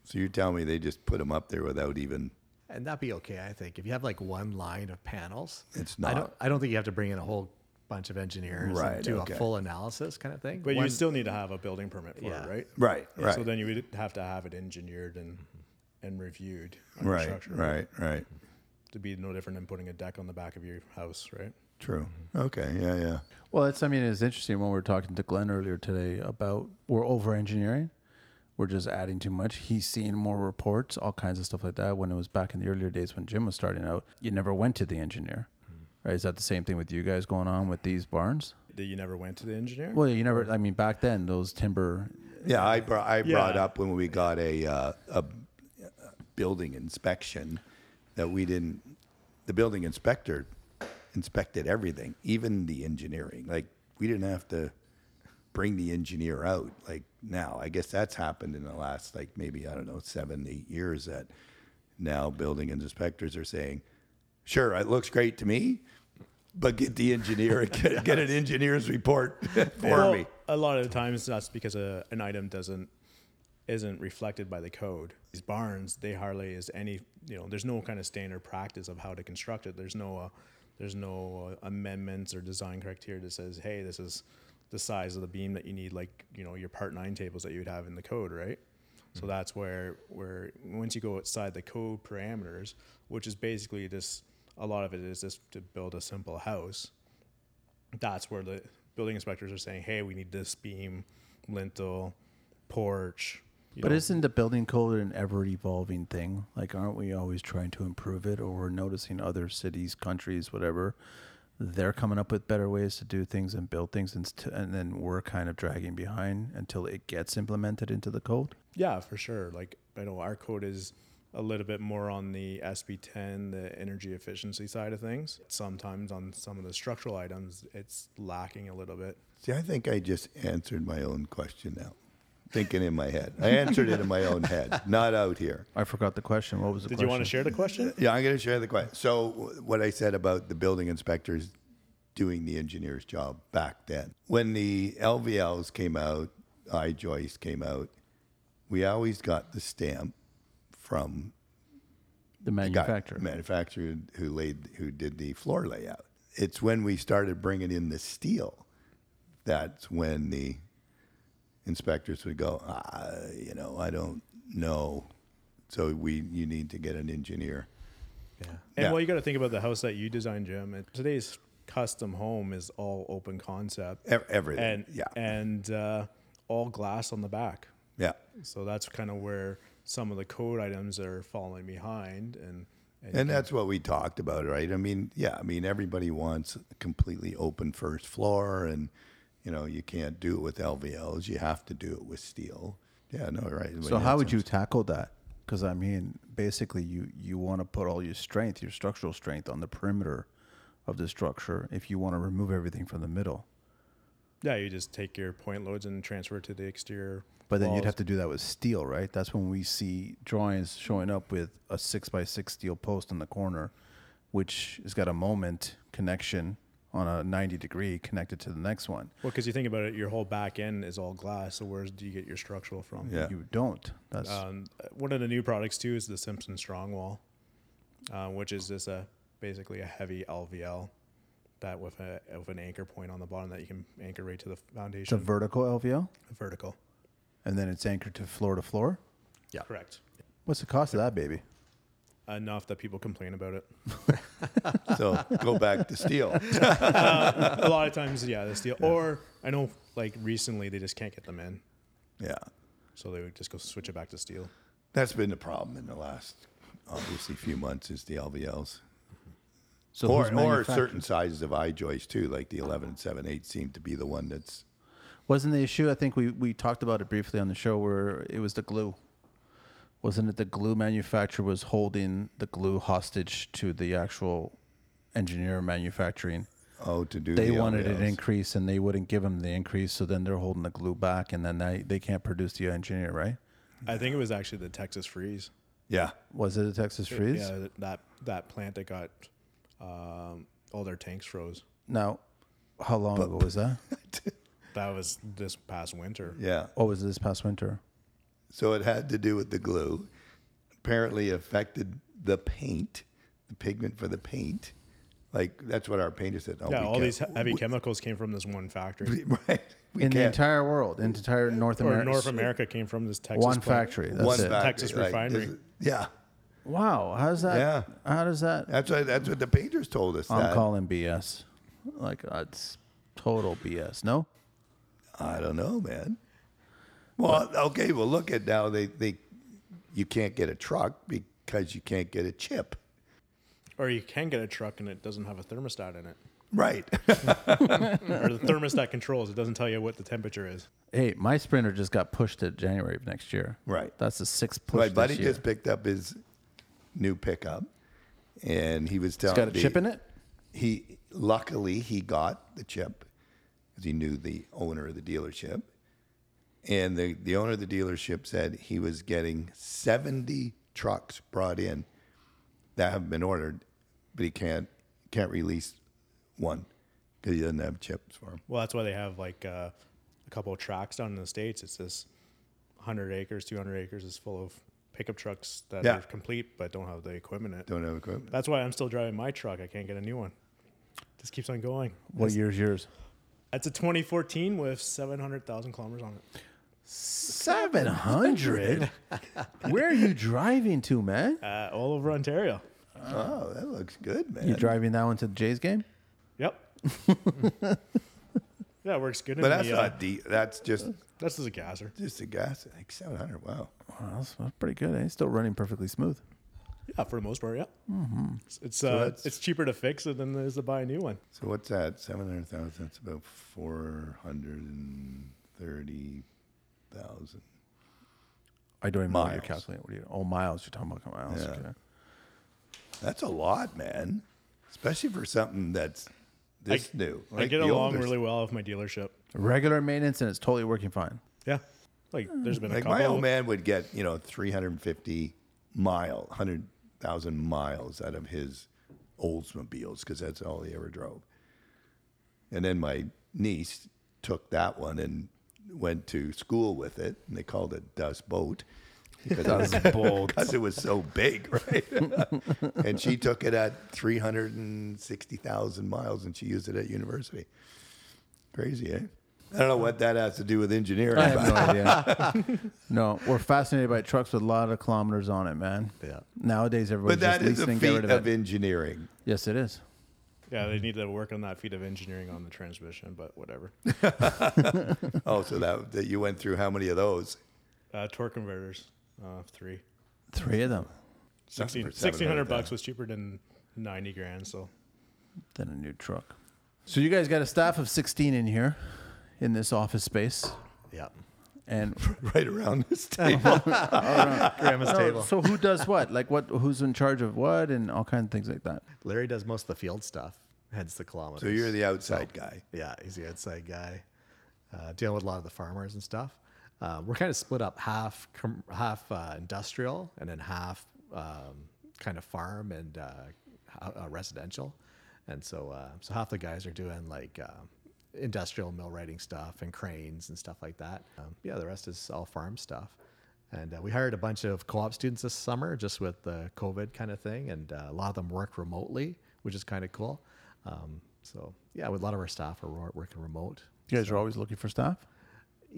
S4: So you're telling me they just put them up there without even
S5: And that'd be okay, I think. If you have like one line of panels,
S4: It's
S5: I
S4: not.
S5: don't. I don't think you have to bring in a whole bunch of engineers
S4: Right,
S5: and do
S4: okay.
S5: a full analysis kind of thing.
S3: But
S5: One-
S3: you still need to have a building permit for
S5: Yeah.
S3: it, right?
S4: Right,
S3: Yeah, So
S4: right.
S3: then you would have to have it engineered and and reviewed. under
S4: Right,
S3: structure
S4: right, right.
S3: To be no different than putting a deck on the back of your house, right?
S4: True. Okay. Yeah, yeah.
S2: Well, it's, I mean, it's interesting when we were talking to Glenn earlier today about we're over engineering. We're just adding too much. He's seeing more reports, all kinds of stuff like that. When it was back in the earlier days when Jim was starting out, you never went to the engineer. Right? Is that the same thing with you guys going on with these barns?
S3: That you never went to the engineer.
S2: Well, you never, I mean, back then, those timber,
S4: Yeah, I brought I brought
S3: Yeah.
S4: up when we got a uh, a building inspection that we didn't. The building inspector inspected everything, even the engineering. Like we didn't have to bring the engineer out. Like now, I guess that's happened in the last like maybe I don't know seven eight years that now building inspectors are saying, "Sure, it looks great to me." But get the engineer, (laughs) get, get an engineer's report (laughs) for
S3: Well,
S4: me.
S3: A lot of the times that's because a, an item doesn't isn't reflected by the code. These barns, they hardly is any you know. There's no kind of standard practice of how to construct it. There's no uh, there's no uh, amendments or design criteria that says, hey, this is the size of the beam that you need, like you know your part nine tables that you would have in the code, right? So
S4: Mm-hmm.
S3: that's where where once you go outside the code parameters, which is basically just a lot of it is just to build a simple house that's where the building inspectors are saying, "Hey, we need this beam, lintel, porch." you
S2: but
S3: know.
S2: isn't the building code an ever evolving thing? Like, aren't we always trying to improve it or we're noticing other cities, countries, whatever? They're coming up with better ways to do things and build things, and, st- and then we're kind of dragging behind until it gets implemented into the code.
S3: yeah, for sure. Like I know our code is a little bit more on the SB10, the energy efficiency side of things. Sometimes on some of the structural items, it's lacking a little bit.
S4: See, I think I just answered my own question now, thinking in my head. I answered it in my own head, not out here.
S2: I forgot the question. What was the
S3: Did
S2: question?
S3: you want to share the question?
S4: Yeah, I'm going to share the question. So, w- what I said about the building inspectors doing the engineer's job back then, when the LVLs came out, I Joyce came out, we always got the stamp from
S2: the
S4: guy-
S2: manufacturer?
S4: manufacturer who laid who did the floor layout. It's when we started bringing in the steel that's when the inspectors would go, ah, you know, I don't know. So we you need to get an engineer.
S3: And
S4: Yeah.
S3: well, you got to think about the house that you designed, Jim. And today's custom home is all open concept,
S4: Ev- everything.
S3: and
S4: yeah.
S3: and uh, all glass on the back.
S4: yeah.
S3: So that's kind of where some of the code items are falling behind, and, and
S4: And that's what we talked about, right? I mean, yeah, I mean everybody wants a completely open first floor and you know, you can't do it with LVLs. You have to do it with steel. Yeah, no, right.
S2: So how would
S4: you?
S2: you tackle that? Because I mean, basically, you you want to put all your strength, your structural strength, on the perimeter of the structure if you want to remove everything from the middle.
S3: yeah, you just take your point loads and transfer it to the exterior.
S2: But then you'd have to do that with steel, right? That's when we see drawings showing up with a six by six steel post in the corner, which has got a moment connection on a ninety degree connected to the next one.
S3: well, because you think about it, your whole back end is all glass. So where do you get your structural from?
S4: Yeah.
S2: You don't. That's
S3: Um, one of the new products too is the Simpson Strong Wall, uh, which is just a basically a heavy LVL that with a with an anchor point on the bottom that you can anchor right to the
S2: it's a
S3: foundation
S2: vertical LVL,
S3: vertical.
S2: and then it's anchored to floor to floor.
S3: Correct.
S2: What's the cost of that, baby?
S3: Enough that people complain about it.
S4: So go back to steel.
S2: (laughs)
S3: a lot of times, yeah, the steel. Or I know, like recently, they just can't get them in,
S4: Yeah.
S3: so they would just go switch it back to steel.
S4: That's been the problem in the last, obviously, few months is the LVLs.
S2: So
S4: or
S2: who's
S4: or
S2: manufacturing-
S4: certain sizes of eye joists, too, like the 11 and 7 8 seem to be the one that's.
S2: Wasn't the issue? I think we, we talked about it briefly on the show where it was the glue. Wasn't it the glue manufacturer was holding the glue hostage to the actual engineer manufacturing?
S4: Oh, to do
S2: They
S4: the
S2: wanted an
S4: LVLs.
S2: increase and they wouldn't give them the increase, so then they're holding the glue back, and then they, they can't produce the engineer, right?
S3: I think it was actually the Texas freeze.
S4: Yeah.
S2: Was it a Texas freeze?
S3: Yeah, th- that that plant that got um, all their tanks froze.
S2: Now, how long ago was
S4: (laughs)
S2: that?
S3: That was this past winter.
S4: Yeah.
S2: What was it this past winter?
S4: So it had to do with the glue. Apparently affected the paint, the pigment for the paint. Like that's what our painters said. Oh,
S3: yeah,
S4: we
S3: all
S4: can't-
S3: these he- heavy
S4: we-
S3: chemicals came from this one factory.
S4: (laughs) right? We
S2: in the
S4: can't-
S2: entire world, in the entire North
S3: Or
S2: America,
S3: North America came from this Texas
S2: one
S3: plant.
S2: factory. That's
S4: one
S2: it.
S4: factory,
S3: Texas
S4: like,
S3: refinery.
S4: this is- yeah,
S2: Wow, how's that?
S4: Yeah.
S2: how does that?
S4: that's what that's what the painters told us.
S2: I'm
S4: that.
S2: calling BS. Like that's total BS. No,
S4: I don't know, man. Well, okay. Well, look at now. They they you can't get a truck because you can't get a chip.
S3: Or you can get a truck and it doesn't have a
S2: (laughs)
S3: thermostat in it,
S4: (laughs) Right.
S3: or the thermostat controls. It doesn't tell you what the temperature is.
S2: hey, my sprinter just got pushed to January of next year.
S4: Right.
S2: that's the sixth push.
S4: My
S2: this
S4: buddy
S2: year.
S4: just picked up his new pickup, and he was telling
S2: got a
S4: me
S2: chip in it.
S4: He luckily he got the chip because he knew the owner of the dealership, and the the owner of the dealership said he was getting seventy trucks brought in that have been ordered, but he can't can't release one because he doesn't have chips for them.
S3: Well, that's why they have like uh, a couple of tracks down in the states. It's this 100 acres, 200 acres is full of pickup trucks that
S4: Yeah.
S3: are complete but don't have the equipment in it.
S4: Don't have equipment.
S3: That's why I'm still driving my truck. I can't get a new one. Just keeps on going.
S2: What year's yours?
S3: That's a 2014 with 700,000 kilometers on it.
S2: Seven hundred. (laughs) Where are you driving to, man?
S3: Uh, all over Ontario.
S4: Oh, that looks good, man.
S2: You driving that one to the Jays game?
S4: (laughs)
S3: Yep. that works good.
S4: but
S3: in
S4: that's
S3: the, uh,
S4: not deep. That's just
S3: That's just a gasser.
S4: just a gas. Like seven hundred. Wow.
S2: Wow, that's, that's pretty good. eh? It's still running perfectly smooth.
S3: Yeah, for the most part, yeah. It's it's, uh,
S4: Mm-hmm. that's-
S3: it's cheaper to fix it than it is to buy a new one.
S4: So what's that? Seven hundred thousand. That's about four hundred and thirty thousand.
S2: I don't even know what you're
S4: Miles.
S2: calculating. What are you? Oh, miles. You're talking about miles.
S4: Yeah.
S2: Okay.
S4: That's a lot, man. Especially for something that's this
S3: I,
S4: new.
S3: I
S4: Like,
S3: get
S4: the
S3: along
S4: older-
S3: really well with my dealership.
S2: Regular maintenance, and it's totally working fine.
S3: Yeah. Like there's been a
S4: Like
S3: couple.
S4: my old man would get you know three hundred and fifty mile, hundred thousand miles out of his Oldsmobiles because that's all he ever drove. And then my niece took that one and went to school with it, and they called it Dust Boat. Because I was (laughs) because it was so big, (laughs) right? and she took it at 360,000 miles and she used it at university. Crazy, eh? I don't know what that has to do with engineering.
S2: I
S4: but-
S2: (laughs) have no idea. no, we're fascinated by trucks with a lot of kilometers on it, man.
S5: Yeah.
S2: Nowadays, everybody's
S4: But
S2: just
S4: that is a
S2: leasing and get
S4: feat
S2: rid
S4: of,
S2: of, it.
S4: engineering.
S2: Yes, it is.
S3: yeah, they need to work on that feat of engineering on the transmission, but
S4: (laughs)
S3: whatever.
S4: Oh, so that, that you went through how many of those? (laughs)
S3: Uh, torque converters, uh, three.
S2: Three of them.
S3: 16
S4: for 700
S3: 1600 bucks was cheaper than 90 grand. So
S2: Then a new truck. So you guys got a staff of 16 in here, in this office space,
S5: Yeah.
S2: and (laughs)
S4: Right around (laughs) this table.
S5: Grandma's
S2: so,
S5: table.
S2: Oh, so who does what? Like what? Who's in charge of what, and all kinds of things like that.
S5: Larry does most of the field stuff, hence the kilometers.
S4: so you're the outside guy.
S5: Yeah, he's the outside guy, uh, dealing with a lot of the farmers and stuff. Uh, we're kind of split up half com- half uh, industrial and then half um, kind of farm and uh, ho- uh, residential, and so uh, so half the guys are doing like uh, industrial mill writing stuff and cranes and stuff like that. Um, yeah, the rest is all farm stuff. And uh, we hired a bunch of co-op students this summer, just with the COVID kind of thing, and uh, a lot of them work remotely, which is kind of cool. Um, so yeah, with a lot of our staff are wor- working remote.
S2: You guys are always looking for staff.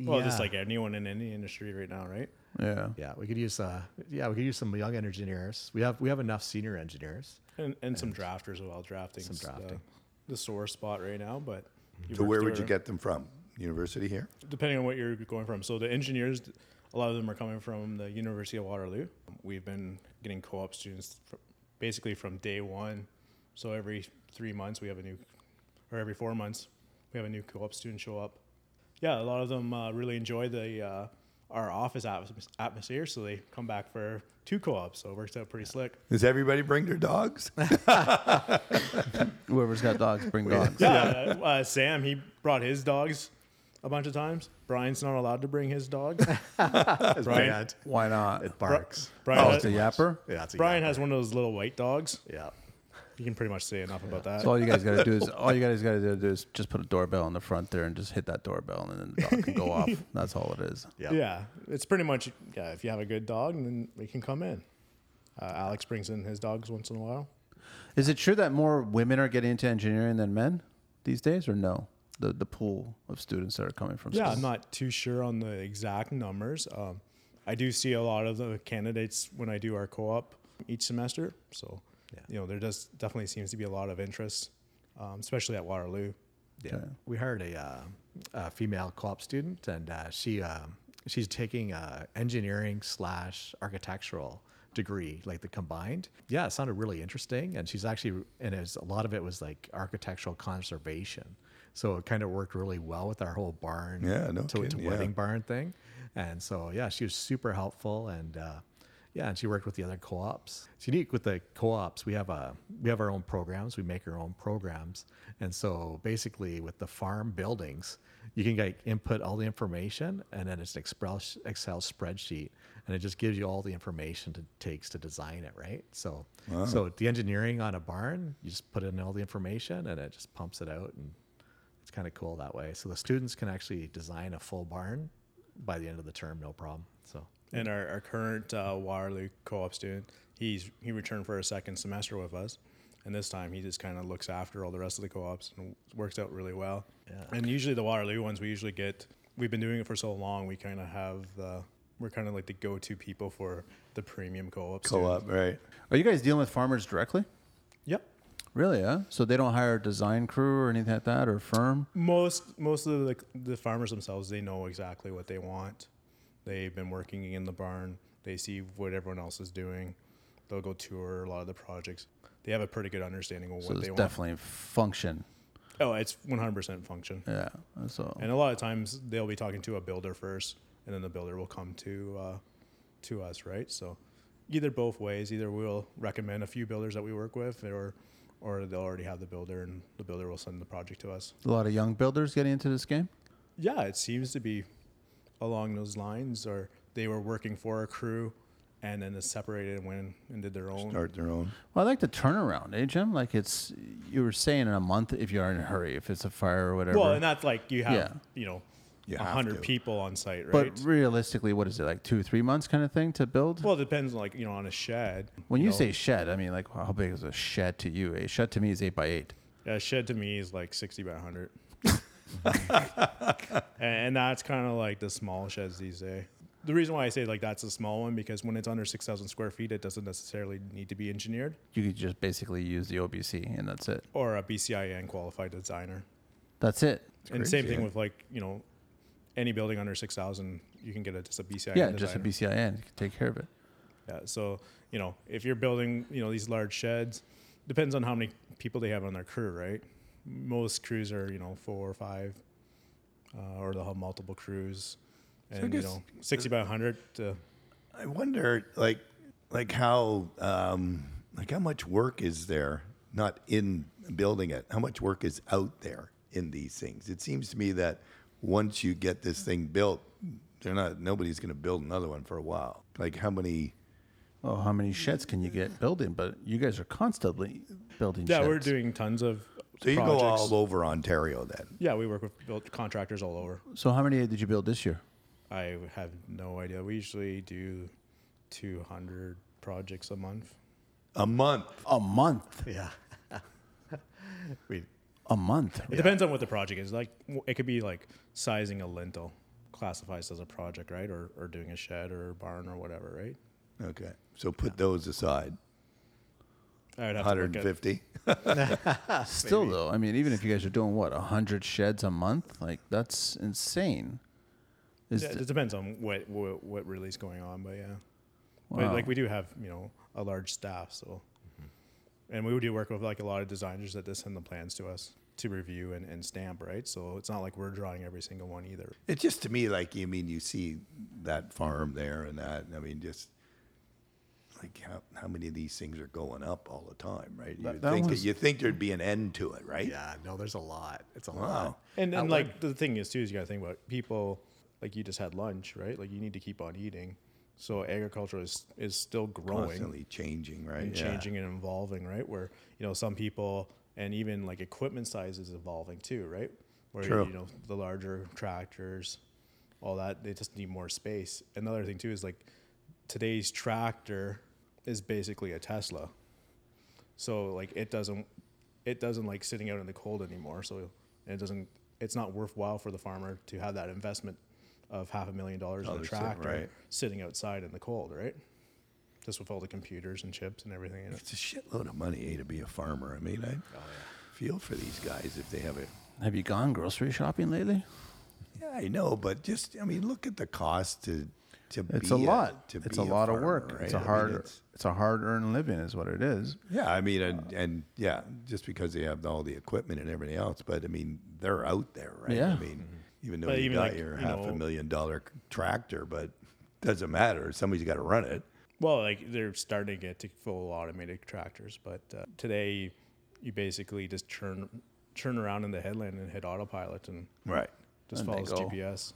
S3: well, just like anyone in any industry right now, right?
S2: Yeah.
S5: yeah, we could use uh, yeah, we could use some young engineers. We have we have enough senior engineers.
S3: And, and some drafters as well. Drafting some
S5: drafting.
S3: the, sore spot right now, but you
S4: So
S3: work
S4: where
S3: through
S4: would you
S3: it.
S4: get them from? University here?
S3: depending on what you're going from. So the engineers, a lot of them are coming from the University of Waterloo. We've been getting co-op students fr basically from day one. So every three months we have a new, or every four months we have a new co-op student show up. Yeah, a lot of them uh, really enjoy the uh, our office atmos- atmosphere, so they come back for two co-ops. So it works out pretty slick.
S4: Does everybody bring their (laughs) dogs?
S2: Whoever's got dogs, bring (laughs) dogs.
S3: Yeah, uh, uh, Sam he brought his dogs a bunch of times. Brian's not allowed to bring his dogs.
S5: (laughs) That's
S3: Brian-
S5: bad.
S2: Why not?
S5: It barks.
S3: Brian,
S2: Oh,
S3: has-
S2: (laughs) it's a yapper.
S5: yeah, that's a
S3: Brian
S5: yapper.
S3: has one of those little white dogs.
S5: yeah.
S3: You can pretty much say enough about that.
S2: So all you guys gotta do is all you guys gotta do is just put a doorbell in the front there and just hit that doorbell and then the dog can
S3: (laughs)
S2: go off. That's all it is.
S5: Yeah.
S3: Yeah, it's pretty much yeah. If you have a good dog, then we can come in. Uh, Alex brings in his dogs once in a while.
S2: Is it true that more women are getting into engineering than men these days, or no? The the pool of students that are coming from
S3: Yeah,
S2: schools?
S3: I'm not too sure on the exact numbers. Um, I do see a lot of the candidates when I do our co-op each semester. So, you know, there does definitely seems to be a lot of interest, um, especially at Waterloo.
S5: Yeah. We hired a, uh, a female co-op student, and uh, she um, she's taking a engineering slash architectural degree, like the combined. Yeah, it sounded really interesting, and she's actually and it was, a lot of it was like architectural conservation. So it kind of worked really well with our whole barn,
S4: Yeah, no
S5: to, to
S4: kidding, yeah.
S5: wedding barn thing, and so yeah, she was super helpful and. Uh, yeah, and she worked with the other co-ops. It's unique with the co-ops. We have a we have our own programs. We make our own programs, and so basically with the farm buildings, you can like input all the information, and then it's an Excel Excel spreadsheet, and it just gives you all the information it takes to design it, right? So so the engineering on a barn, you just put in all the information, and it just pumps it out, and it's kind of cool that way. So the students can actually design a full barn by the end of the term, no problem. So.
S3: And our, our current uh, Waterloo co-op student, he's he returned for a second semester with us, and this time he just kind of looks after all the rest of the co-ops and works out really well. And usually the Waterloo ones, we usually get. We've been doing it for so long, we kind of have the. We're kind of like the go-to people for the premium co-op. students.
S4: Co-op, right?
S2: Are you guys dealing with farmers directly?
S3: Yep.
S2: Really? Yeah. So they don't hire a design crew or anything like that, or a firm.
S3: Most most of the the farmers themselves, they know exactly what they want. They've been working in the barn. They see what everyone else is doing. They'll go tour a lot of the projects. They have a pretty good understanding of
S2: So
S3: what
S2: it's
S3: they want.
S2: definitely function.
S3: Oh, it's 100% function.
S2: Yeah. So
S3: And a lot of times they'll be talking to a builder first, and then the builder will come to uh, to us, right? So either both ways, either we'll recommend a few builders that we work with, or or they'll already have the builder, and the builder will send the project to us.
S2: a lot of young builders getting into this game.
S3: Yeah, it seems to be along those lines, or they were working for a crew, and then they separated and went and did their own.
S4: Start their own.
S2: Well, I like the turnaround, eh, Jim? Like it's you were saying in a month if you are in a hurry, if it's a fire or whatever.
S3: Well, and that's like you have
S2: Yeah.
S3: you know
S4: You
S3: a
S4: have
S3: hundred
S4: to.
S3: people on site, right?
S2: but realistically, what is it like two, three months kind of thing to build?
S3: well, it depends, like you know, on a shed.
S2: when you,
S3: know,
S2: say shed, I mean like how big is a shed to you? A shed to me is eight by eight.
S3: Yeah, shed to me is like 60 by
S2: (laughs)
S3: 100. and, and that's kind of like the small sheds these days. The reason why I say like that's a small one because when it's under 6,000 square feet, it doesn't necessarily need to be engineered
S2: You could just basically use the OBC and that's it.
S3: or a BCIN qualified designer.
S2: That's it.
S3: and same
S4: crazy,
S3: thing
S4: yeah.
S3: with like, you know, any building under 6,000, you can get a, just a BCIN
S2: Yeah,
S3: designer.
S2: just a BCIN you can take care of it.
S3: Yeah, so, you know, if you're building, you know, these large sheds, depends on how many people they have on their crew, right? Most crews are, you know, four or five, uh, or they'll have multiple crews. And,
S4: guess-
S3: you know, 60 by 100. Uh,
S4: I wonder, like, like how, um, like how much work is there not in building it? How much work is out there in these things? It seems to me that once you get this thing built, they're not nobody's going to build another one for a while. Like how many?
S2: Well, how many sheds can you get building? But you guys are constantly building
S3: yeah,
S2: sheds.
S3: we're doing tons of
S4: So you
S3: projects.
S4: go all over Ontario then.
S3: Yeah, we work with built contractors all over.
S2: So how many did you build this year?
S3: I have no idea. We usually do 200 projects a month.
S4: A month.
S2: A month.
S5: Yeah. we,
S2: A month.
S3: It depends on what the project is. Like w- it could be like sizing a lintel classifies as a project, right? Or or doing a shed or a barn or whatever, right?
S4: Okay. So put those aside.
S3: I would have to look at
S4: 150.
S2: Still though, I mean, even if you guys are doing what hundred sheds a month, like that's insane. Is
S3: yeah,
S2: th-
S3: it depends on what, what what really is going on, but yeah. But like we do have, you know, a large staff, so and we do work with like a lot of designers that just send the plans to us to review and, and stamp, right? So it's not like we're drawing every single one either.
S4: It's just to me like you mean you see that farm there and that. and I mean just like how, how many of these things are going up all the time, right? You
S2: that
S4: think
S2: was-
S4: you think there'd be an end to it, right?
S5: yeah, no, there's a lot. It's a
S4: Wow.
S5: lot.
S3: And
S5: At
S3: and
S5: one-
S3: like the thing is too is you gotta think about people like you just had lunch, right? Like you need to keep on eating. So agriculture is is still growing
S4: Constantly changing, right?
S3: and
S4: Yeah.
S3: changing and evolving, right? Where you know some people and even like equipment size is evolving too, right? Where
S4: True.
S3: you know the larger tractors, all that they just need more space. Another thing too is like today's tractor is basically a Tesla. So like it doesn't it doesn't like sitting out in the cold anymore. So it doesn't it's not worthwhile for the farmer to have that investment of half a million dollars on a
S4: Dollars, yeah,
S3: tractor
S4: Oh, right.
S3: sitting outside in the cold, right? Just with all the computers and chips and everything in it.
S4: It's a shitload of money eh, to be a farmer. I mean, I feel for these guys if they have it.
S2: Have you gone grocery shopping lately?
S4: Yeah, I know, but just I mean, look at the cost to to
S2: It's
S4: be
S2: a lot.
S4: to
S2: it's
S4: be
S2: a lot of
S4: farmer,
S2: work.
S4: right?
S2: It's a
S4: I mean,
S2: hard.
S4: it's-
S2: it's a hard-earned living, is what it is.
S4: yeah, I mean, and, and yeah, just because they have all the equipment and everything else, but I mean, they're out there, right?
S2: Yeah.
S4: I mean, even though
S3: But
S4: you
S3: even,
S4: got
S3: like,
S4: your
S3: you
S4: half a
S3: know-
S4: million dollar tractor, but doesn't matter. Somebody's got to run it.
S3: Well, like they're starting to get to full automated tractors, but uh, today you basically just turn turn around in the headland and hit autopilot and
S4: Right.
S3: just
S2: And they
S3: follows
S2: go.
S3: GPS.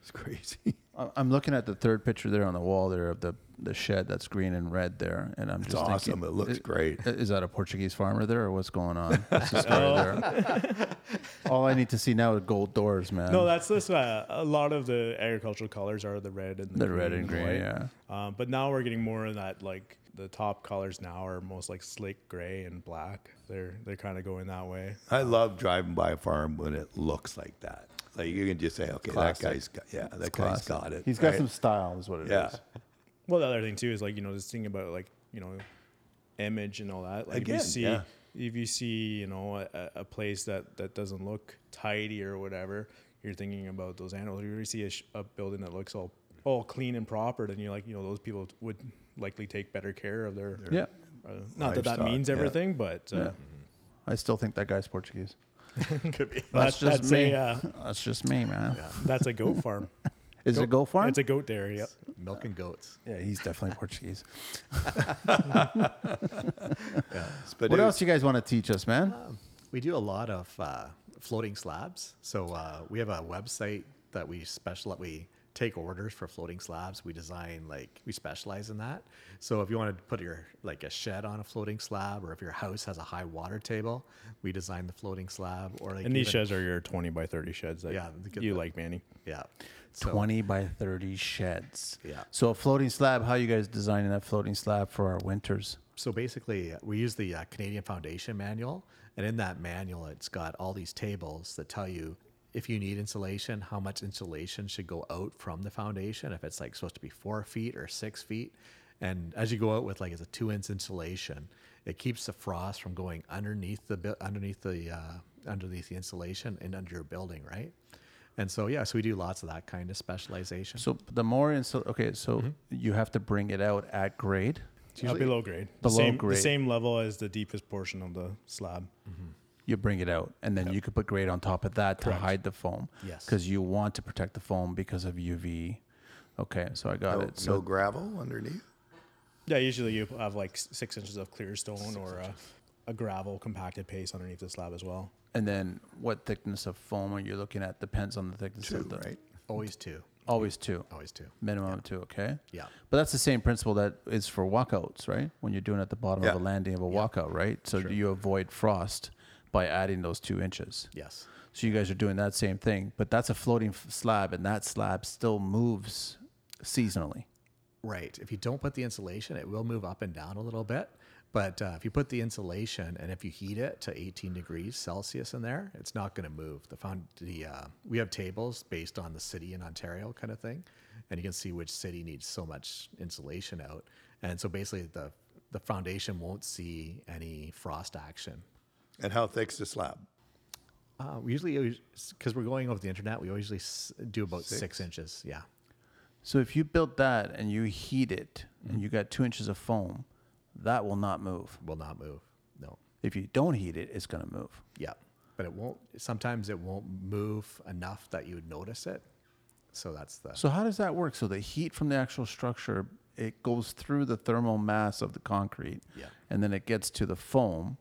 S4: It's crazy. (laughs)
S2: I- I'm looking at the third picture there on the wall there of the the shed that's green and red there, and I'm
S4: It's
S2: just
S4: awesome.
S2: Thinking,
S4: it looks
S2: i-
S4: great.
S2: i- Is that a Portuguese farmer there, or what's
S4: (laughs)
S2: going on? What's the story (laughs) there? All I need to see now is gold doors, man.
S3: No, that's this. Uh, a lot of the agricultural colors are the red and the,
S2: the red and green.
S3: white.
S2: Yeah,
S3: Um, but now we're getting more of that. Like the top colors now are most like slate gray and black. They're they're kind of going that way.
S4: I love driving by a farm when it looks like that. Like you can just say, okay, that guy's got, yeah, that guy's
S2: Classic.
S4: got it.
S2: He's got
S4: right?
S2: some style, is what it is.
S4: Yeah.
S3: Well, the other thing too is like you know this thing about like you know image and all that. Like
S4: Again,
S3: if you see
S4: yeah.
S3: if you see you know a, a place that that doesn't look tidy or whatever, you're thinking about those animals. If you see a, sh- a building that looks all all clean and proper, then you're like you know those people would likely take better care of their.
S2: Yeah.
S3: Uh, not that that
S4: Livestock,
S3: means
S4: yeah.
S3: everything, but uh,
S2: I still think that guy's Portuguese.
S3: (laughs) that's,
S2: That's just
S3: that's
S2: me.
S3: a uh,
S2: That's just me, man.
S3: that's a goat farm.
S2: Is it gold farm?
S3: It's a goat dairy. Yep.
S5: Milk and goats.
S2: yeah, he's definitely Portuguese.
S4: But
S2: What
S4: it-
S2: else you guys want to teach us, man?
S5: We do a lot of uh, floating slabs. So uh, we have a website that we special we take orders for floating slabs. We design like we specialize in that. So if you want to put your like a shed on a floating slab, or if your house has a high water table, we design the floating slab. Or like
S3: And these
S5: even-
S3: sheds are your 20 by 30 sheds that
S5: Yeah, they get
S3: you
S5: the-
S3: like, Manny.
S5: yeah, so,
S2: 20 by 30 sheds.
S5: Yeah.
S2: So a floating slab, how you guys designing that floating slab for our winters?
S5: So basically, uh, we use the uh, Canadian Foundation manual, and in that manual, it's got all these tables that tell you if you need insulation, how much insulation should go out from the foundation, if it's like supposed to be four feet or six feet. And as you go out with like it's a two inch insulation, it keeps the frost from going underneath the bu- underneath the uh, underneath the insulation and under your building, right? And so yeah, so we do lots of that kind of specialization.
S2: So the more insul- okay, so
S4: Mm-hmm.
S2: you have to bring it out at grade.
S3: Uh, below grade. The
S2: below
S3: same, the
S2: grade.
S3: same level as the deepest portion of the slab.
S2: You bring it out, and then you could put grade on top of that to hide the foam.
S5: Yes.
S2: Because you want to protect the foam because of UV. Okay, so I got
S4: no,
S2: it. So
S4: no gravel underneath.
S3: Yeah, usually you have like s- six inches of clear stone or a, a gravel compacted paste underneath the slab as well.
S2: and then what thickness of foam are you looking at? Depends on the thickness
S4: Two,
S2: of the
S4: right?
S5: always two,
S2: always two.
S5: always two.
S2: Minimum of two, okay?
S5: Yeah.
S2: But that's the same principle that is for walkouts, right? When you're doing it at the bottom of
S4: Yeah.
S2: a landing of a walkout, right? So you avoid frost by adding those two inches.
S5: Yes.
S2: So you guys are doing that same thing, but that's a floating f- slab, and that slab still moves seasonally.
S5: Right. If you don't put the insulation, it will move up and down a little bit. But uh, if you put the insulation and if you heat it to 18 degrees Celsius in there, it's not going to move. The found the uh, we have tables based on the city in Ontario kind of thing, and you can see which city needs so much insulation out. And so basically, the the foundation won't see any frost action.
S4: And how thick's the slab?
S5: Uh, we usually, because we're going over the internet, we usually s- do about six inches. Yeah.
S2: So if you built that and you heat it and you got two inches of foam, that will not move.
S5: Will not move. No.
S2: If you don't heat it, it's going to move.
S5: Yeah, but it won't. Sometimes it won't move enough that you would notice it. So that's the
S2: So how does that work? So the heat from the actual structure it goes through the thermal mass of the concrete,
S5: Yeah.
S2: and then it gets to the foam,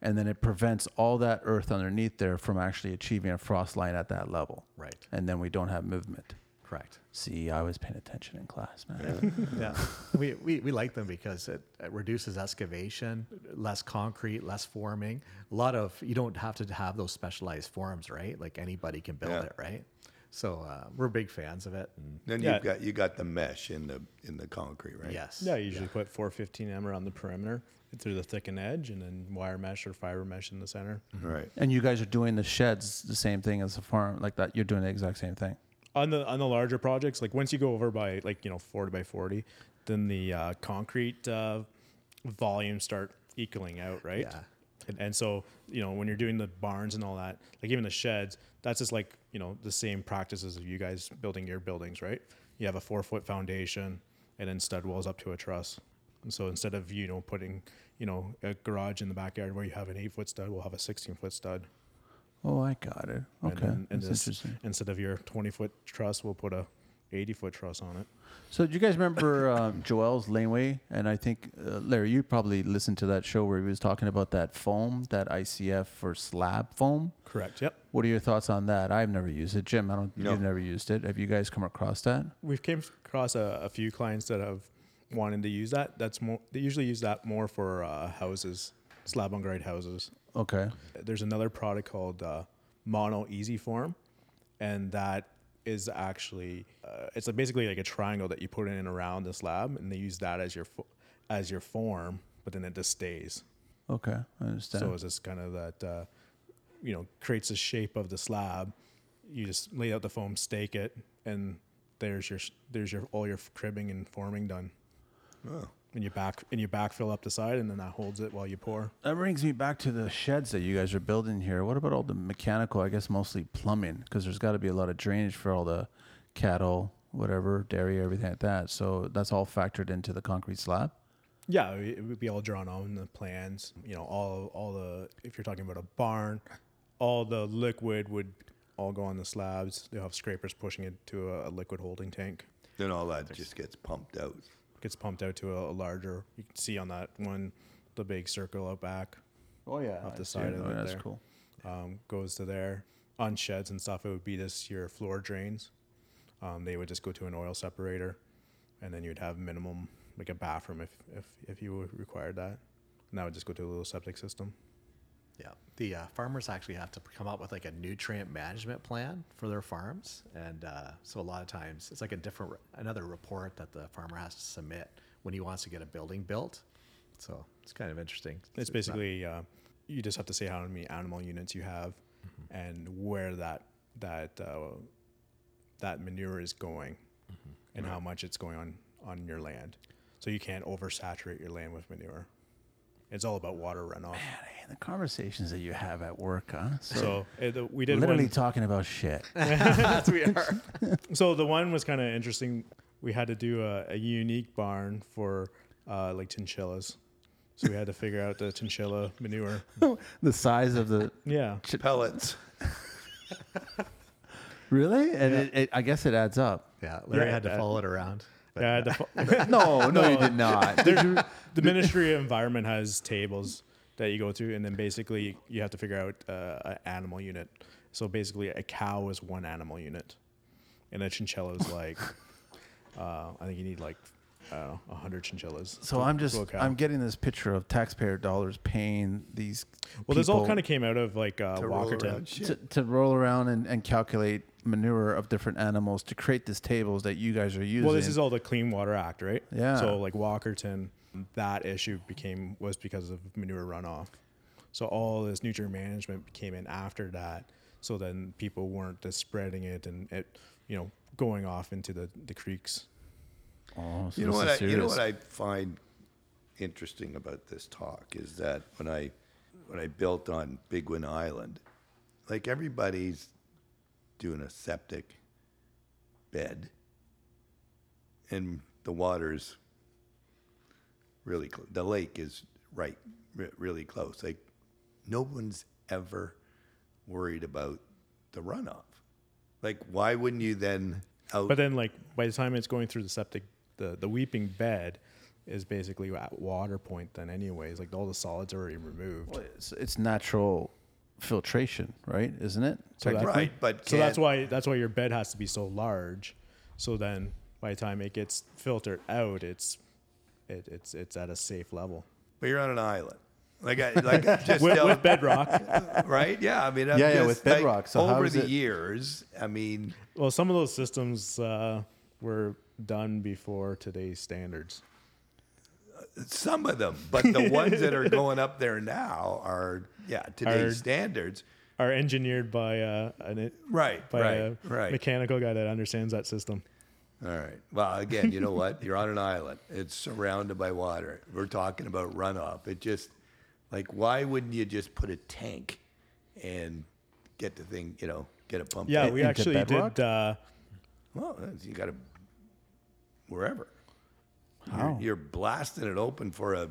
S2: and then it prevents all that earth underneath there from actually achieving a frost line at that level.
S5: Right.
S2: And then we don't have movement.
S5: correct.
S2: See, I was paying attention in class, man.
S5: Yeah, we, we we like them because it, it reduces excavation, less concrete, less forming. A lot of you don't have to have those specialized forms, right? Like anybody can build
S4: Yeah.
S5: it, right? So uh, we're big fans of it. And
S4: Then
S3: Yeah.
S4: you've got you got the mesh in the in the concrete, right?
S5: yes,
S3: Yeah, you usually put 415 M around the perimeter. through the thick and edge, and then wire mesh or fiber mesh in the center.
S4: Right.
S2: (laughs) And you guys are doing the sheds the same thing as the farm, like that. You're doing the exact same thing.
S3: On the on the larger projects, like once you go over by like you know forty by forty, then the uh, concrete uh, volumes start equaling out, right?
S5: Yeah.
S3: And, and so you know when you're doing the barns and all that, like even the sheds, that's just like you know the same practices of you guys building your buildings, right? You have a four foot foundation and then stud walls up to a truss. And so instead of you know putting you know a garage in the backyard where you have an eight foot stud, we'll have a sixteen foot stud.
S2: Oh, I got it. Okay,
S3: And, then, and
S2: that's
S3: this,
S2: interesting.
S3: instead of your 20 foot truss, we'll put a 80 foot truss on it.
S2: So, do you guys remember (laughs) um, Joel's laneway? And I think uh, Larry, you probably listened to that show where he was talking about that foam, that ICF for slab foam.
S3: Correct. Yep.
S2: What are your thoughts on that? I've never used it, Jim. I don't.
S4: No.
S2: You've never used it. Have you guys come across that?
S3: We've came across a, a few clients that have wanted to use that. That's more, they usually use that more for uh, houses, slab on grade houses.
S2: Okay.
S3: There's another product called uh, Mono Easy Form, and that is actually uh, it's basically like a triangle that you put in and around the slab, and they use that as your fo- as your form, but then it just stays.
S2: Okay, I understand.
S3: So it's just kind of that, uh, you know, creates the shape of the slab. You just lay out the foam, stake it, and there's your there's your all your cribbing and forming done. And you back and you backfill up the side, and then that holds it while you pour.
S2: that brings me back to the sheds that you guys are building here. What about all the mechanical? I guess mostly plumbing, because there's got to be a lot of drainage for all the cattle, whatever, dairy, everything like that. So that's all factored into the concrete slab.
S3: Yeah, it would be all drawn on the plans. You know, all all the if you're talking about a barn, all the liquid would all go on the slabs. They'll have scrapers pushing it to a, a liquid holding tank.
S4: Then all that just gets pumped out.
S3: Gets pumped out to a, a larger. You can see on that one, the big circle out back.
S2: Oh yeah,
S3: Off the side of it
S2: that's
S3: there.
S2: cool.
S3: um, goes to there. On sheds and stuff, it would be just your floor drains. Um, they would just go to an oil separator, and then you'd have minimum like a bathroom if if if you required that, and that would just go to a little septic system.
S5: Yeah, the uh, farmers actually have to come up with like a nutrient management plan for their farms, and uh, so a lot of times it's like a different another report that the farmer has to submit when he wants to get a building built. So it's kind of interesting.
S3: It's
S5: not-
S3: basically uh, you just have to say how many animal units you have, and where that that uh, that manure is going, and how much it's going on on your land. So you can't oversaturate your land with manure. It's all about water runoff.
S2: Man, the conversations that you have at work, huh? So,
S3: So uh, the- we did
S2: literally
S3: one-
S2: talking about shit. (laughs)
S5: (laughs) Yes,
S3: (laughs)
S5: we are.
S3: So the one was kind of interesting. We had to do a, a unique barn for uh, like chinchillas, so we had to figure out the chinchilla manure.
S2: the size of the
S3: Yeah,
S4: Pellets.
S2: really, and it, it, I guess it adds up.
S5: Yeah, Larry
S3: Yeah,
S5: had to
S3: uh,
S5: follow it around. But
S3: yeah. I had to
S2: (laughs)
S3: (laughs) fo-
S2: No, no, you did not. Did (laughs)
S3: (laughs)
S2: you?
S3: the Ministry of Environment has tables that you go through, and then basically you have to figure out uh, an animal unit. So basically, a cow is one animal unit, and a chinchilla
S2: (laughs)
S3: is like, uh, I think you need like I don't know, hundred chinchillas.
S2: So
S3: to-
S2: I'm
S3: to
S2: just
S3: a cow.
S2: I'm getting this picture of taxpayer dollars paying these.
S3: well, this all
S2: people
S3: kind of came out of like uh,
S4: to roll
S3: Walkerton.
S4: around shit.
S2: to, to roll around and, and calculate manure of different animals to create these tables that you guys are using.
S3: Well, this is all the Clean Water Act, right?
S2: Yeah.
S3: So like Walkerton, that issue became was because of manure runoff. So all this nutrient management came in after that. So then people weren't just spreading it and it, you know, going off into the, the creeks.
S2: oh, so
S4: you know
S2: this
S4: what?
S2: is
S4: I, you know
S2: serious.
S4: what I find interesting about this talk is that when I when I built on Big Win Island, like everybody's doing a septic bed, and the water's really cl- the lake is right re- really close. Like no one's ever worried about the runoff. Like why wouldn't you then out
S3: But then like by the time it's going through the septic, the, the weeping bed is basically at water point then anyways. Like all the solids are already removed.
S2: it's, it's natural filtration, right? Isn't it?
S3: So that-
S4: Right, but
S3: so that's
S4: can't-
S3: why that's why your bed has to be so large. So then, by the time it gets filtered out, it's it, it's it's at a safe level
S4: but you're on an island. Like I
S2: (laughs)
S4: like I just
S3: with,
S4: tell-
S3: with bedrock.
S4: (laughs) right? Yeah, I mean, I'm
S2: Yeah, yeah,
S4: just,
S2: with
S4: like,
S2: bedrock. So how
S4: over
S2: is
S4: the
S2: it-
S4: years, I mean,
S3: well, some of those systems uh, were done before today's standards.
S4: Some of them, but
S2: (laughs)
S4: the ones that are going up there now are yeah today's
S3: Are-
S4: standards.
S3: Are engineered by uh, an
S4: Right,
S3: by
S4: right,
S3: a
S4: right.
S3: mechanical guy that understands that system.
S4: All right. Well, again, you know what? (laughs) You're on an island. It's surrounded by water. We're talking about runoff. It just like why wouldn't you just put a tank and get the thing, you know, get it pumped?
S3: Yeah,
S4: in?
S3: we
S2: into
S3: actually
S2: bedrock?
S3: did. Uh,
S4: Well, that's- you got to wherever. You're, you're blasting it open for a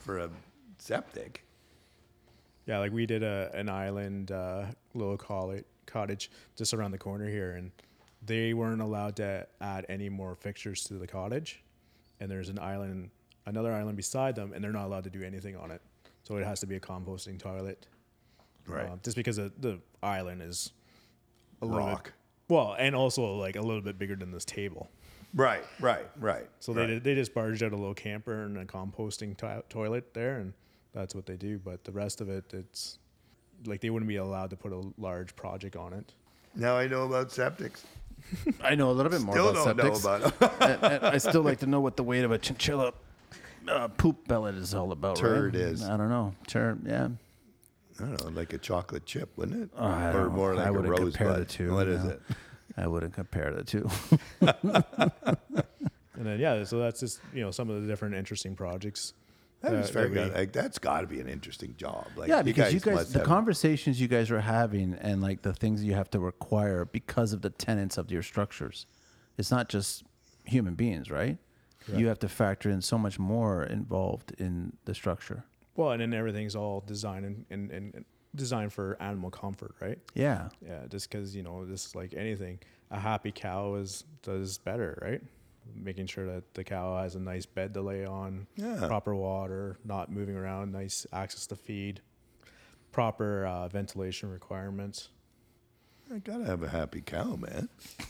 S4: for a septic.
S3: yeah, like we did a, an island uh, little colli- cottage just around the corner here, and they weren't allowed to add any more fixtures to the cottage. And there's an island, another island beside them, and they're not allowed to do anything on it. So it has to be a composting toilet,
S4: Right.
S3: uh, just because the, the island is a little bit-
S4: Rock.
S3: well, and also like a little bit bigger than this table.
S4: Right, right, right.
S3: So they did, they just barged out a little camper and a composting toi- toilet there, and that's what they do. But the rest of it, it's like they wouldn't be allowed to put a large project on it.
S4: Now I know about septics.
S2: I know a little bit more
S4: Still
S2: about
S4: don't
S2: septics.
S4: know about
S2: (laughs)
S4: them.
S2: and, and I still like to know what the weight of a chinchilla uh, poop pellet is all about.
S4: Turd
S2: right?
S4: is.
S2: I don't know. Turd, yeah.
S4: I don't know, like a chocolate chip, wouldn't it?
S2: I
S4: or
S2: don't-
S4: more like
S2: I
S4: a
S2: wouldn't
S4: rosebud.
S2: compare the two, Uh,
S4: What is
S2: no.
S4: it?
S2: I wouldn't compare the two.
S3: And then yeah, so that's just you know some of the different interesting projects.
S4: That
S3: uh,
S4: is very
S3: we-
S4: good. Like that's got to be an interesting job. Like
S2: yeah, because you guys,
S4: must
S2: the
S4: have-
S2: conversations you guys are having and like the things you have to require because of the tenants of your structures. It's not just human beings, right? You have to factor in so much more involved in the structure.
S3: Well, and then everything's all designed and, and, and designed for animal comfort, right?
S2: Yeah.
S3: Yeah, just because you know, just like anything, a happy cow is does better, right? Making sure that the cow has a nice bed to lay on,
S4: Yeah.
S3: proper water, not moving around, nice access to feed, proper uh, ventilation requirements.
S4: I gotta have a happy cow, man.
S2: (laughs)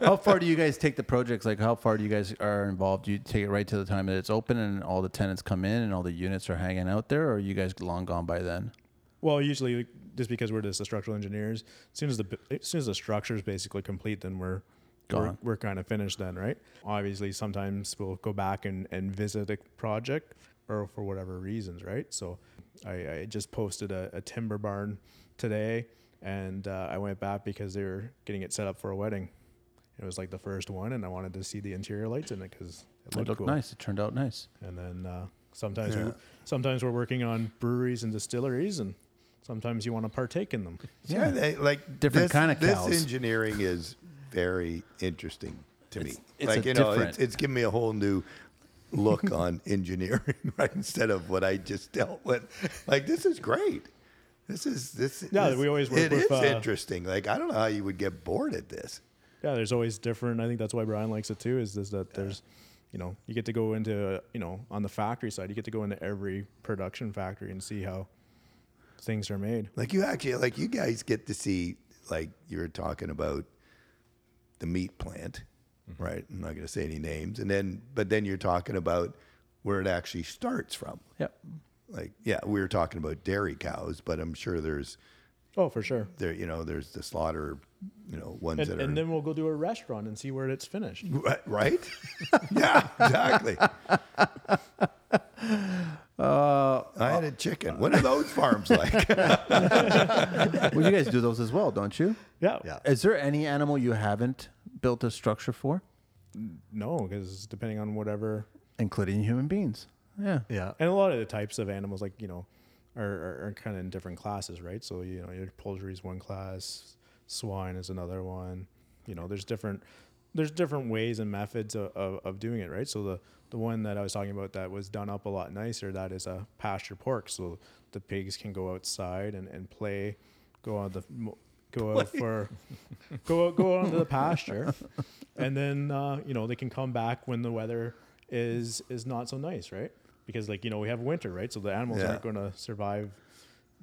S2: how far do you guys take the projects? Like, how far do you guys are involved? Do you take it right to the time that it's open and all the tenants come in and all the units are hanging out there, or are you guys long gone by then?
S3: Well, usually just because we're just the structural engineers, as soon as the as soon as the structure is basically complete, then we're we're,
S2: Gone.
S3: we're kind of finished then, right? Obviously, sometimes we'll go back and, and visit a project or for whatever reasons, right? So I, I just posted a, a timber barn today and uh, I went back because they were getting it set up for a wedding. It was like the first one and I wanted to see the interior lights in it because it
S2: It
S3: looked,
S2: looked
S3: cool.
S2: nice. It turned out nice.
S3: And then uh, sometimes
S4: Yeah.
S3: we, sometimes we're working on breweries and distilleries, and sometimes you want to partake in them.
S4: Yeah, they, like
S2: Different
S4: this,
S2: kinda
S4: This
S2: cows.
S4: engineering is very interesting to me.
S2: It's- it's
S4: like
S2: a
S4: you know,
S2: different-
S4: it's, it's given me a whole new look on (laughs) engineering, right? Instead of what I just dealt with. Like this is great. This is this.
S3: Yeah,
S4: this-
S3: we always work
S4: it
S3: with,
S4: is
S3: uh,
S4: interesting. Like I don't know how you would get bored at this.
S3: Yeah, there's always different. I think that's why Brian likes it too. Is, is that there's, you know, you get to go into uh, you know on the factory side, you get to go into every production factory and see how things are made.
S4: Like you actually like you guys get to see like you were talking about the meat plant,
S3: Mm-hmm.
S4: right? I'm not going to say any names, and then but then you're talking about where it actually starts from.
S2: Yep.
S4: Like yeah, we were talking about dairy cows, but I'm sure there's
S3: Oh, for sure.
S4: there you know there's the slaughter, you know ones
S3: And,
S4: that are
S3: and then we'll go to a restaurant and see where it's finished.
S4: (laughs) Ri- right. yeah, exactly.
S2: Uh,
S4: I had a chicken. What are those farms
S3: (laughs)
S4: like?
S2: well, you
S4: (laughs)
S2: guys do those as well, don't you?
S3: Yeah.
S5: Yeah.
S2: Is there any animal you haven't built a structure for,
S3: No, because depending on whatever
S2: including human beings? Yeah.
S5: Yeah.
S3: and a lot of the types of animals like you know are, are, are kind of in different classes right so you know your poultry is one class swine is another one you know there's different there's different ways and methods of, of, of doing it right so the the one that i was talking about that was done up a lot nicer that is a pasture pork so the pigs can go outside and, and play go on the mo- go out for go out go
S4: (laughs)
S3: out onto the pasture and then uh, you know they can come back when the weather is is not so nice right because like you know we have winter right so the animals
S4: Yeah.
S3: aren't going to survive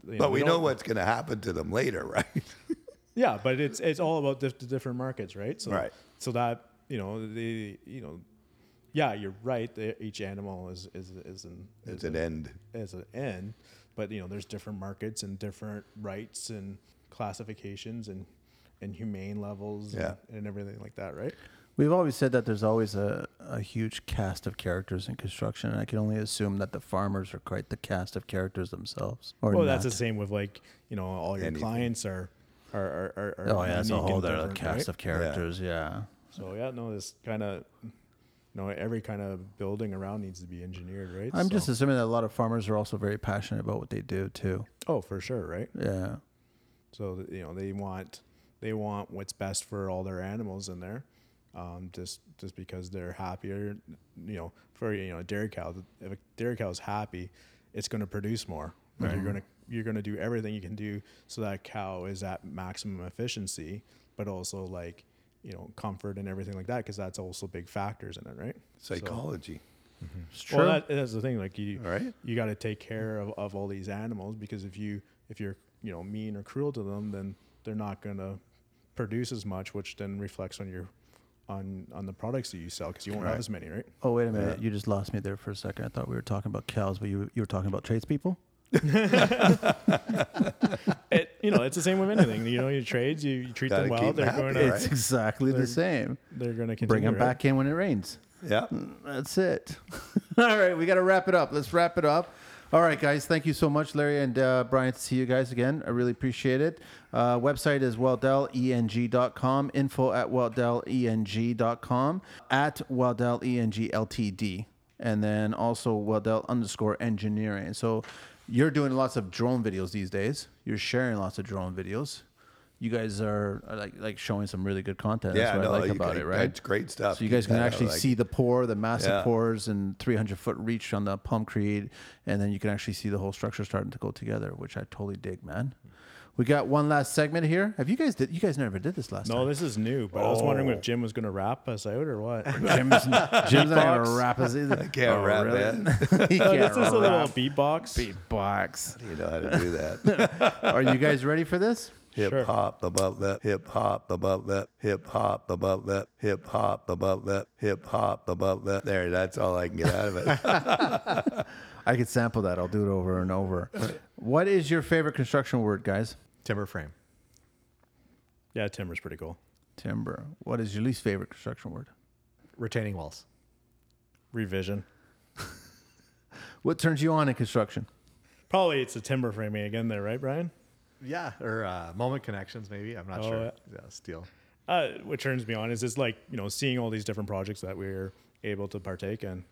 S3: you
S4: but we know
S3: don't-
S4: what's going to happen to them later, (laughs) right?
S3: yeah but it's it's all about the, the different markets right so
S4: Right.
S3: so that you know the you know yeah you're right the- each animal is is is an
S4: It's an end.
S3: as an end, but you know, there's different markets and different rights and classifications and and humane levels
S4: Yeah.
S3: and, and everything like that, right?
S2: We've always said that there's always a, a huge cast of characters in construction, and I can only assume that the farmers are quite the cast of characters themselves. Or
S3: Well, that's the
S2: not.
S3: same with like you know all your
S4: Anything.
S3: clients are are are, are, are
S2: oh yeah, that's a
S3: unique and
S2: whole other
S3: different,
S2: cast
S3: right?
S2: of characters. Yeah.
S3: So yeah, no, this kind of you know every kind of building around needs to be engineered, right?
S2: I'm
S3: So-
S2: just assuming that a lot of farmers are also very passionate about what they do too.
S3: oh for sure, right?
S2: Yeah.
S3: So th- you know they want they want what's best for all their animals in there, um, just just because they're happier. You know, for you know a dairy cow, th- if a dairy cow is happy, it's going to produce more. Like, You're going to you're going to do everything you can do so that cow is at maximum efficiency, but also like you know comfort and everything like that because that's also big factors in it, right? So-
S4: Psychology.
S2: It's
S3: well, that, that's the thing. Like you,
S4: All right.
S3: you got to take care of, of all these animals because if you if you're you know mean or cruel to them, then they're not going to produce as much, which then reflects on your on on the products that you sell because you won't have
S4: Right.
S3: as many, right?
S2: oh wait a minute, you just lost me there for a second. I thought we were talking about cows, but you you were talking about tradespeople.
S3: It, you know, it's the same with anything. You know, your trades, you, you treat
S4: Gotta
S3: them well,
S4: keep 'em
S3: they're
S4: happy,
S3: going
S4: right?
S3: to
S2: It's (laughs) exactly the same.
S3: they're going to continue.
S2: Bring them
S3: right?
S2: back in when it rains.
S4: Yeah.
S2: That's it. (laughs) All right, we got to wrap it up. Let's wrap it up. All right, guys, thank you so much, Larry and uh, Brian, to see you guys again. I really appreciate it. Uh, website is E weldeleng.com, info at E weldeleng.com, at E weldeleng ltd, and then also weldell underscore engineering. So you're doing lots of drone videos these days. You're sharing lots of drone videos. You guys are, are like like showing some really good content. That's
S4: Yeah,
S2: what I
S4: no,
S2: like
S4: you
S2: about
S4: can-
S2: it, right?
S4: that's great stuff.
S2: So you guys
S4: Keep
S2: can
S4: that up,
S2: actually
S4: like-
S2: see the pour, the massive
S4: Yeah.
S2: pours, and 300 foot reach on the Palm Creed, and then you can actually see the whole structure starting to go together, which I totally dig, man. We got one last segment here. Have you guys did? You guys never did this last
S3: No, this is new, but I was wondering if Jim was going to wrap us out or what. (laughs)
S2: time. Jim's, Jim's not gonna wrap us
S4: (laughs)
S2: either. I
S4: Can't wrap that.
S2: (laughs) he
S3: Oh,
S2: can't
S3: this is a little
S2: wrap
S3: beatbox.
S2: box.
S4: You know how to do
S3: (laughs)
S4: that.
S2: Are you guys ready for this?
S4: Hip hop about that. Hip hop about that. Hip hop about that. Hip hop about that. Hip hop about that. There, that's all I can get out of it.
S2: I could sample that. I'll do it over and over. What is your favorite construction word, guys?
S5: Timber frame.
S3: Yeah, timber's pretty cool.
S2: Timber. What is your least favorite construction word?
S5: Retaining walls.
S3: Revision.
S2: What turns you on in construction?
S3: Probably it's a timber framing again there, right, Brian?
S5: Yeah, or uh, moment connections maybe. I'm not
S3: Oh,
S5: sure.
S3: yeah.
S5: Yeah, steel.
S3: uh, what turns me on is it's like you know seeing all these different projects that we're able to partake in,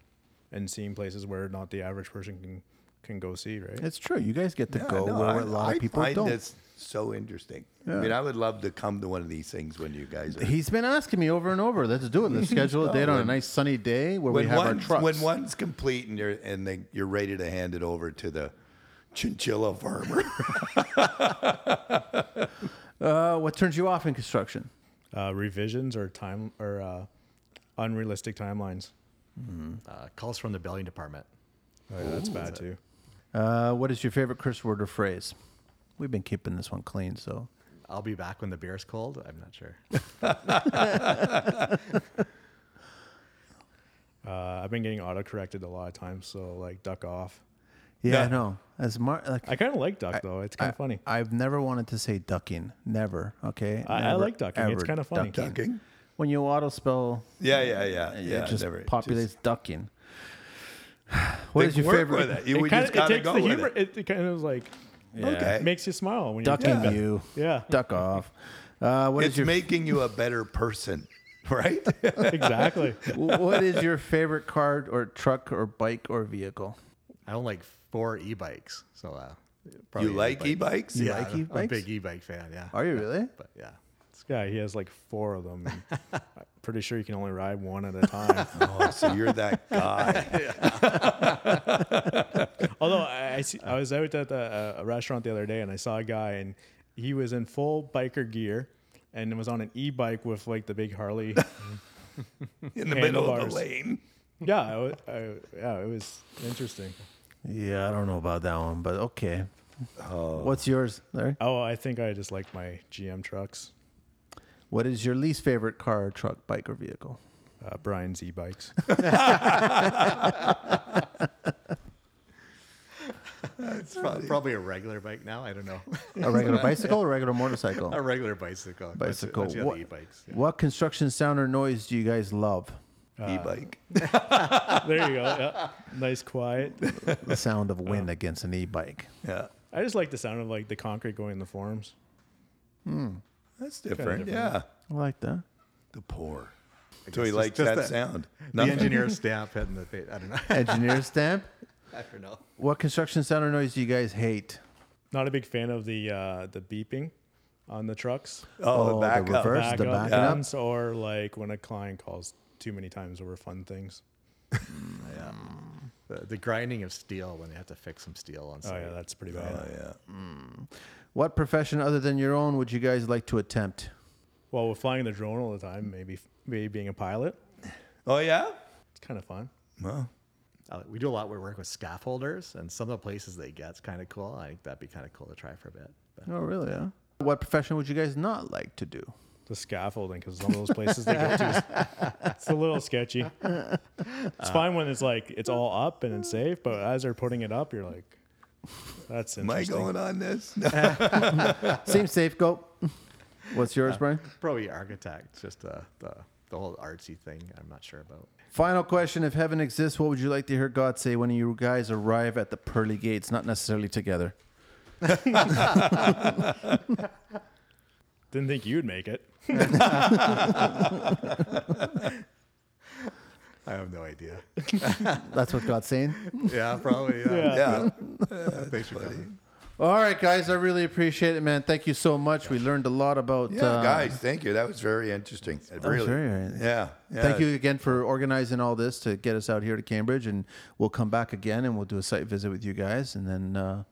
S3: and seeing places where not the average person can can go see. Right?
S2: It's true. You guys get to
S4: Yeah,
S2: go
S4: no,
S2: where
S4: I-
S2: a lot
S4: I
S2: of people
S4: find
S2: don't.
S4: This so interesting. I mean, I would love to come to one of these things when you guys are.
S2: He's been asking me over and over. Let's do it. Let's
S4: (laughs)
S2: schedule a date on a nice sunny day where we
S4: Oh, When
S2: have our
S4: one's,
S2: trucks.
S4: when one's complete and you're and they, you're ready to hand it over to the chinchilla
S2: (laughs)
S4: farmer.
S2: uh, what turns you off in construction?
S3: Uh, revisions or time or uh, unrealistic timelines.
S5: Uh, calls from the building department.
S3: that's bad too.
S2: Uh, what is your favorite curse word or phrase? We've been keeping this one clean, so
S5: I'll be back when the beer's cold. I'm not sure.
S3: Uh, I've been getting auto corrected a lot of times, so like duck off.
S2: yeah, I
S4: Yeah.
S2: know. As Mar- like,
S3: I kind of like duck though. It's kind of funny.
S2: I've never wanted to say ducking. Never. Okay.
S3: I- I
S2: Never,
S3: like ducking. It's
S2: ever
S3: kinda funny.
S4: Ducking.
S2: When you auto spell,
S4: Yeah, yeah, yeah, yeah.
S2: it just
S4: never-
S2: populates
S4: just-
S2: ducking. what
S4: They
S2: is your
S4: work
S2: favorite
S4: With it. You, we
S3: kinda-
S4: just gotta
S3: takes
S4: go
S3: the
S4: with
S3: humor.
S4: it.
S3: It, kind of like
S4: Okay.
S3: makes you smile when you
S4: (laughs)
S2: ducking?
S3: think about it.
S2: You
S3: Yeah,
S2: duck off. Uh, what is
S4: it's
S2: your
S4: making
S2: (laughs)
S4: you a better person, right?
S3: (laughs) exactly.
S2: Wh- what is your favorite car or truck or bike or vehicle?
S5: I own like four e-bikes, so uh,
S4: you
S5: probably
S4: like
S5: e-bike.
S4: e-bikes?
S5: Yeah,
S2: like
S5: I'm- I'm a
S2: e-bikes?
S5: big e-bike fan. Yeah,
S2: Are you really?
S5: but yeah,
S3: This guy, he has like four of
S4: (laughs)
S3: them. and I'm pretty sure you can only ride one at a time.
S4: (laughs) Oh, so you're
S2: (laughs)
S4: that guy.
S3: Although I, I, see, I was out at the, uh, a restaurant the other day and I saw a guy and he was in full biker gear and was on an e-bike with like the big
S2: (laughs)
S3: Harley.
S4: in the middle of
S3: Handlebars.
S4: the lane.
S3: yeah, I, wa- I- yeah, it was interesting.
S2: Yeah, I don't know about that one, but okay. What's yours, Larry?
S3: Oh, I think I just like my GM trucks,
S2: What is your least favorite car or truck, bike or vehicle?
S3: uh, Brian's e-bikes.
S2: (laughs)
S5: it's pro- probably a regular bike now. I don't know. (laughs)
S2: A regular bicycle or a regullar motorcycle?
S5: a regular bicycle. That's-
S2: bicycle.
S5: that's the other
S2: What,
S5: e-bikes. yeah.
S2: what construction sound or noise do you guys love? Uh,
S4: e-bike.
S3: There you go. Yeah. Nice quiet.
S2: The sound of wind against an e-bike.
S4: Yeah,
S3: I just like the sound of like the concrete going in the forms.
S4: that's different.
S3: different.
S4: Yeah,
S2: I like (laughs) that.
S4: the poor. So he
S5: just-
S4: likes
S5: just
S4: that,
S5: that-
S4: sound.
S5: The
S4: Nothing.
S5: engineer stamp hitting the thing. I don't know. (laughs)
S2: Engineer stamp.
S5: I don't know.
S2: What construction sound or noise do you guys hate?
S3: Not a big fan of the uh, the beeping on the trucks.
S4: Oh, the back
S2: the
S4: up.
S2: reverse,
S3: Back
S2: the
S3: up
S2: back up.
S3: ones or like when a client calls too many times over fun things.
S5: The, the grinding of steel when they have to fix some steel on
S3: Oh
S5: site.
S3: yeah, that's pretty bad.
S4: Oh, yeah.
S2: What profession other than your own would you guys like to attempt?
S3: Well, we're flying the drone all the time. Maybe maybe being a pilot,
S4: Oh yeah.
S3: it's kind of fun.
S4: Well,
S5: Uh, we do a lot. We work with scaffolders, and some of the places they get's kind of cool. I think that'd be kind of cool to try for a bit. But
S2: Oh, really? Huh? What profession would you guys not like to do?
S3: The scaffolding because some of those places they go to, is- it's a little sketchy. It's fine when it's like it's all up and it's safe, but as they're putting it up, you're like, that's
S4: am I
S3: interesting.
S4: going on
S5: (laughs)
S4: this? No.
S2: Seems safe. Go. Uh, What's yours, Brian?
S5: probably architect, just uh, the the whole artsy thing. I'm not sure about.
S2: Final question: If heaven exists, what would you like to hear God say when you guys arrive at the pearly gates? Not necessarily together.
S3: Didn't think you'd make it.
S5: I have no idea.
S2: That's what God's saying.
S5: yeah, probably. Yeah.
S4: yeah.
S5: Thanks for coming.
S2: All right, guys, I really appreciate it, man. Thank you so much. We learned a lot about. uh,
S4: Yeah, guys, thank you. That was very interesting. really.
S2: very-
S4: yeah, yeah.
S2: Thank you again for organizing all this to get us out here to Cambridge, and we'll come back again and we'll do a site visit with you guys, and then uh,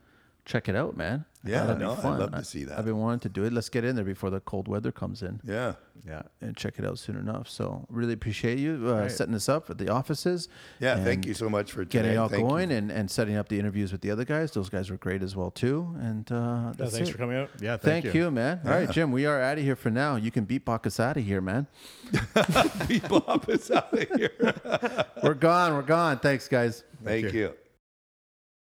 S2: check it out, man.
S4: Yeah,
S2: That'd
S4: no, I'd love to see that.
S2: I've been wanting to do it. Let's get in there before the cold weather comes in
S4: Yeah.
S5: Yeah.
S2: and check it out soon enough. So really appreciate you uh, setting this up at the offices.
S4: Yeah.
S2: and
S4: thank you so much for
S2: Getting
S4: today.
S2: it all
S4: Thank you.
S2: going and, and setting up the interviews with the other guys. Those guys were great as well too. And uh,
S3: Yeah,
S2: that's
S3: thanks
S2: it.
S3: for coming out.
S5: Yeah.
S2: Thank, (laughs) you. man. All right, Jim, we are out of here for now. You can beatbox us out of here, man.
S4: Bebop is out of here.
S2: We're gone. We're gone. Thanks, guys.
S4: Thank you.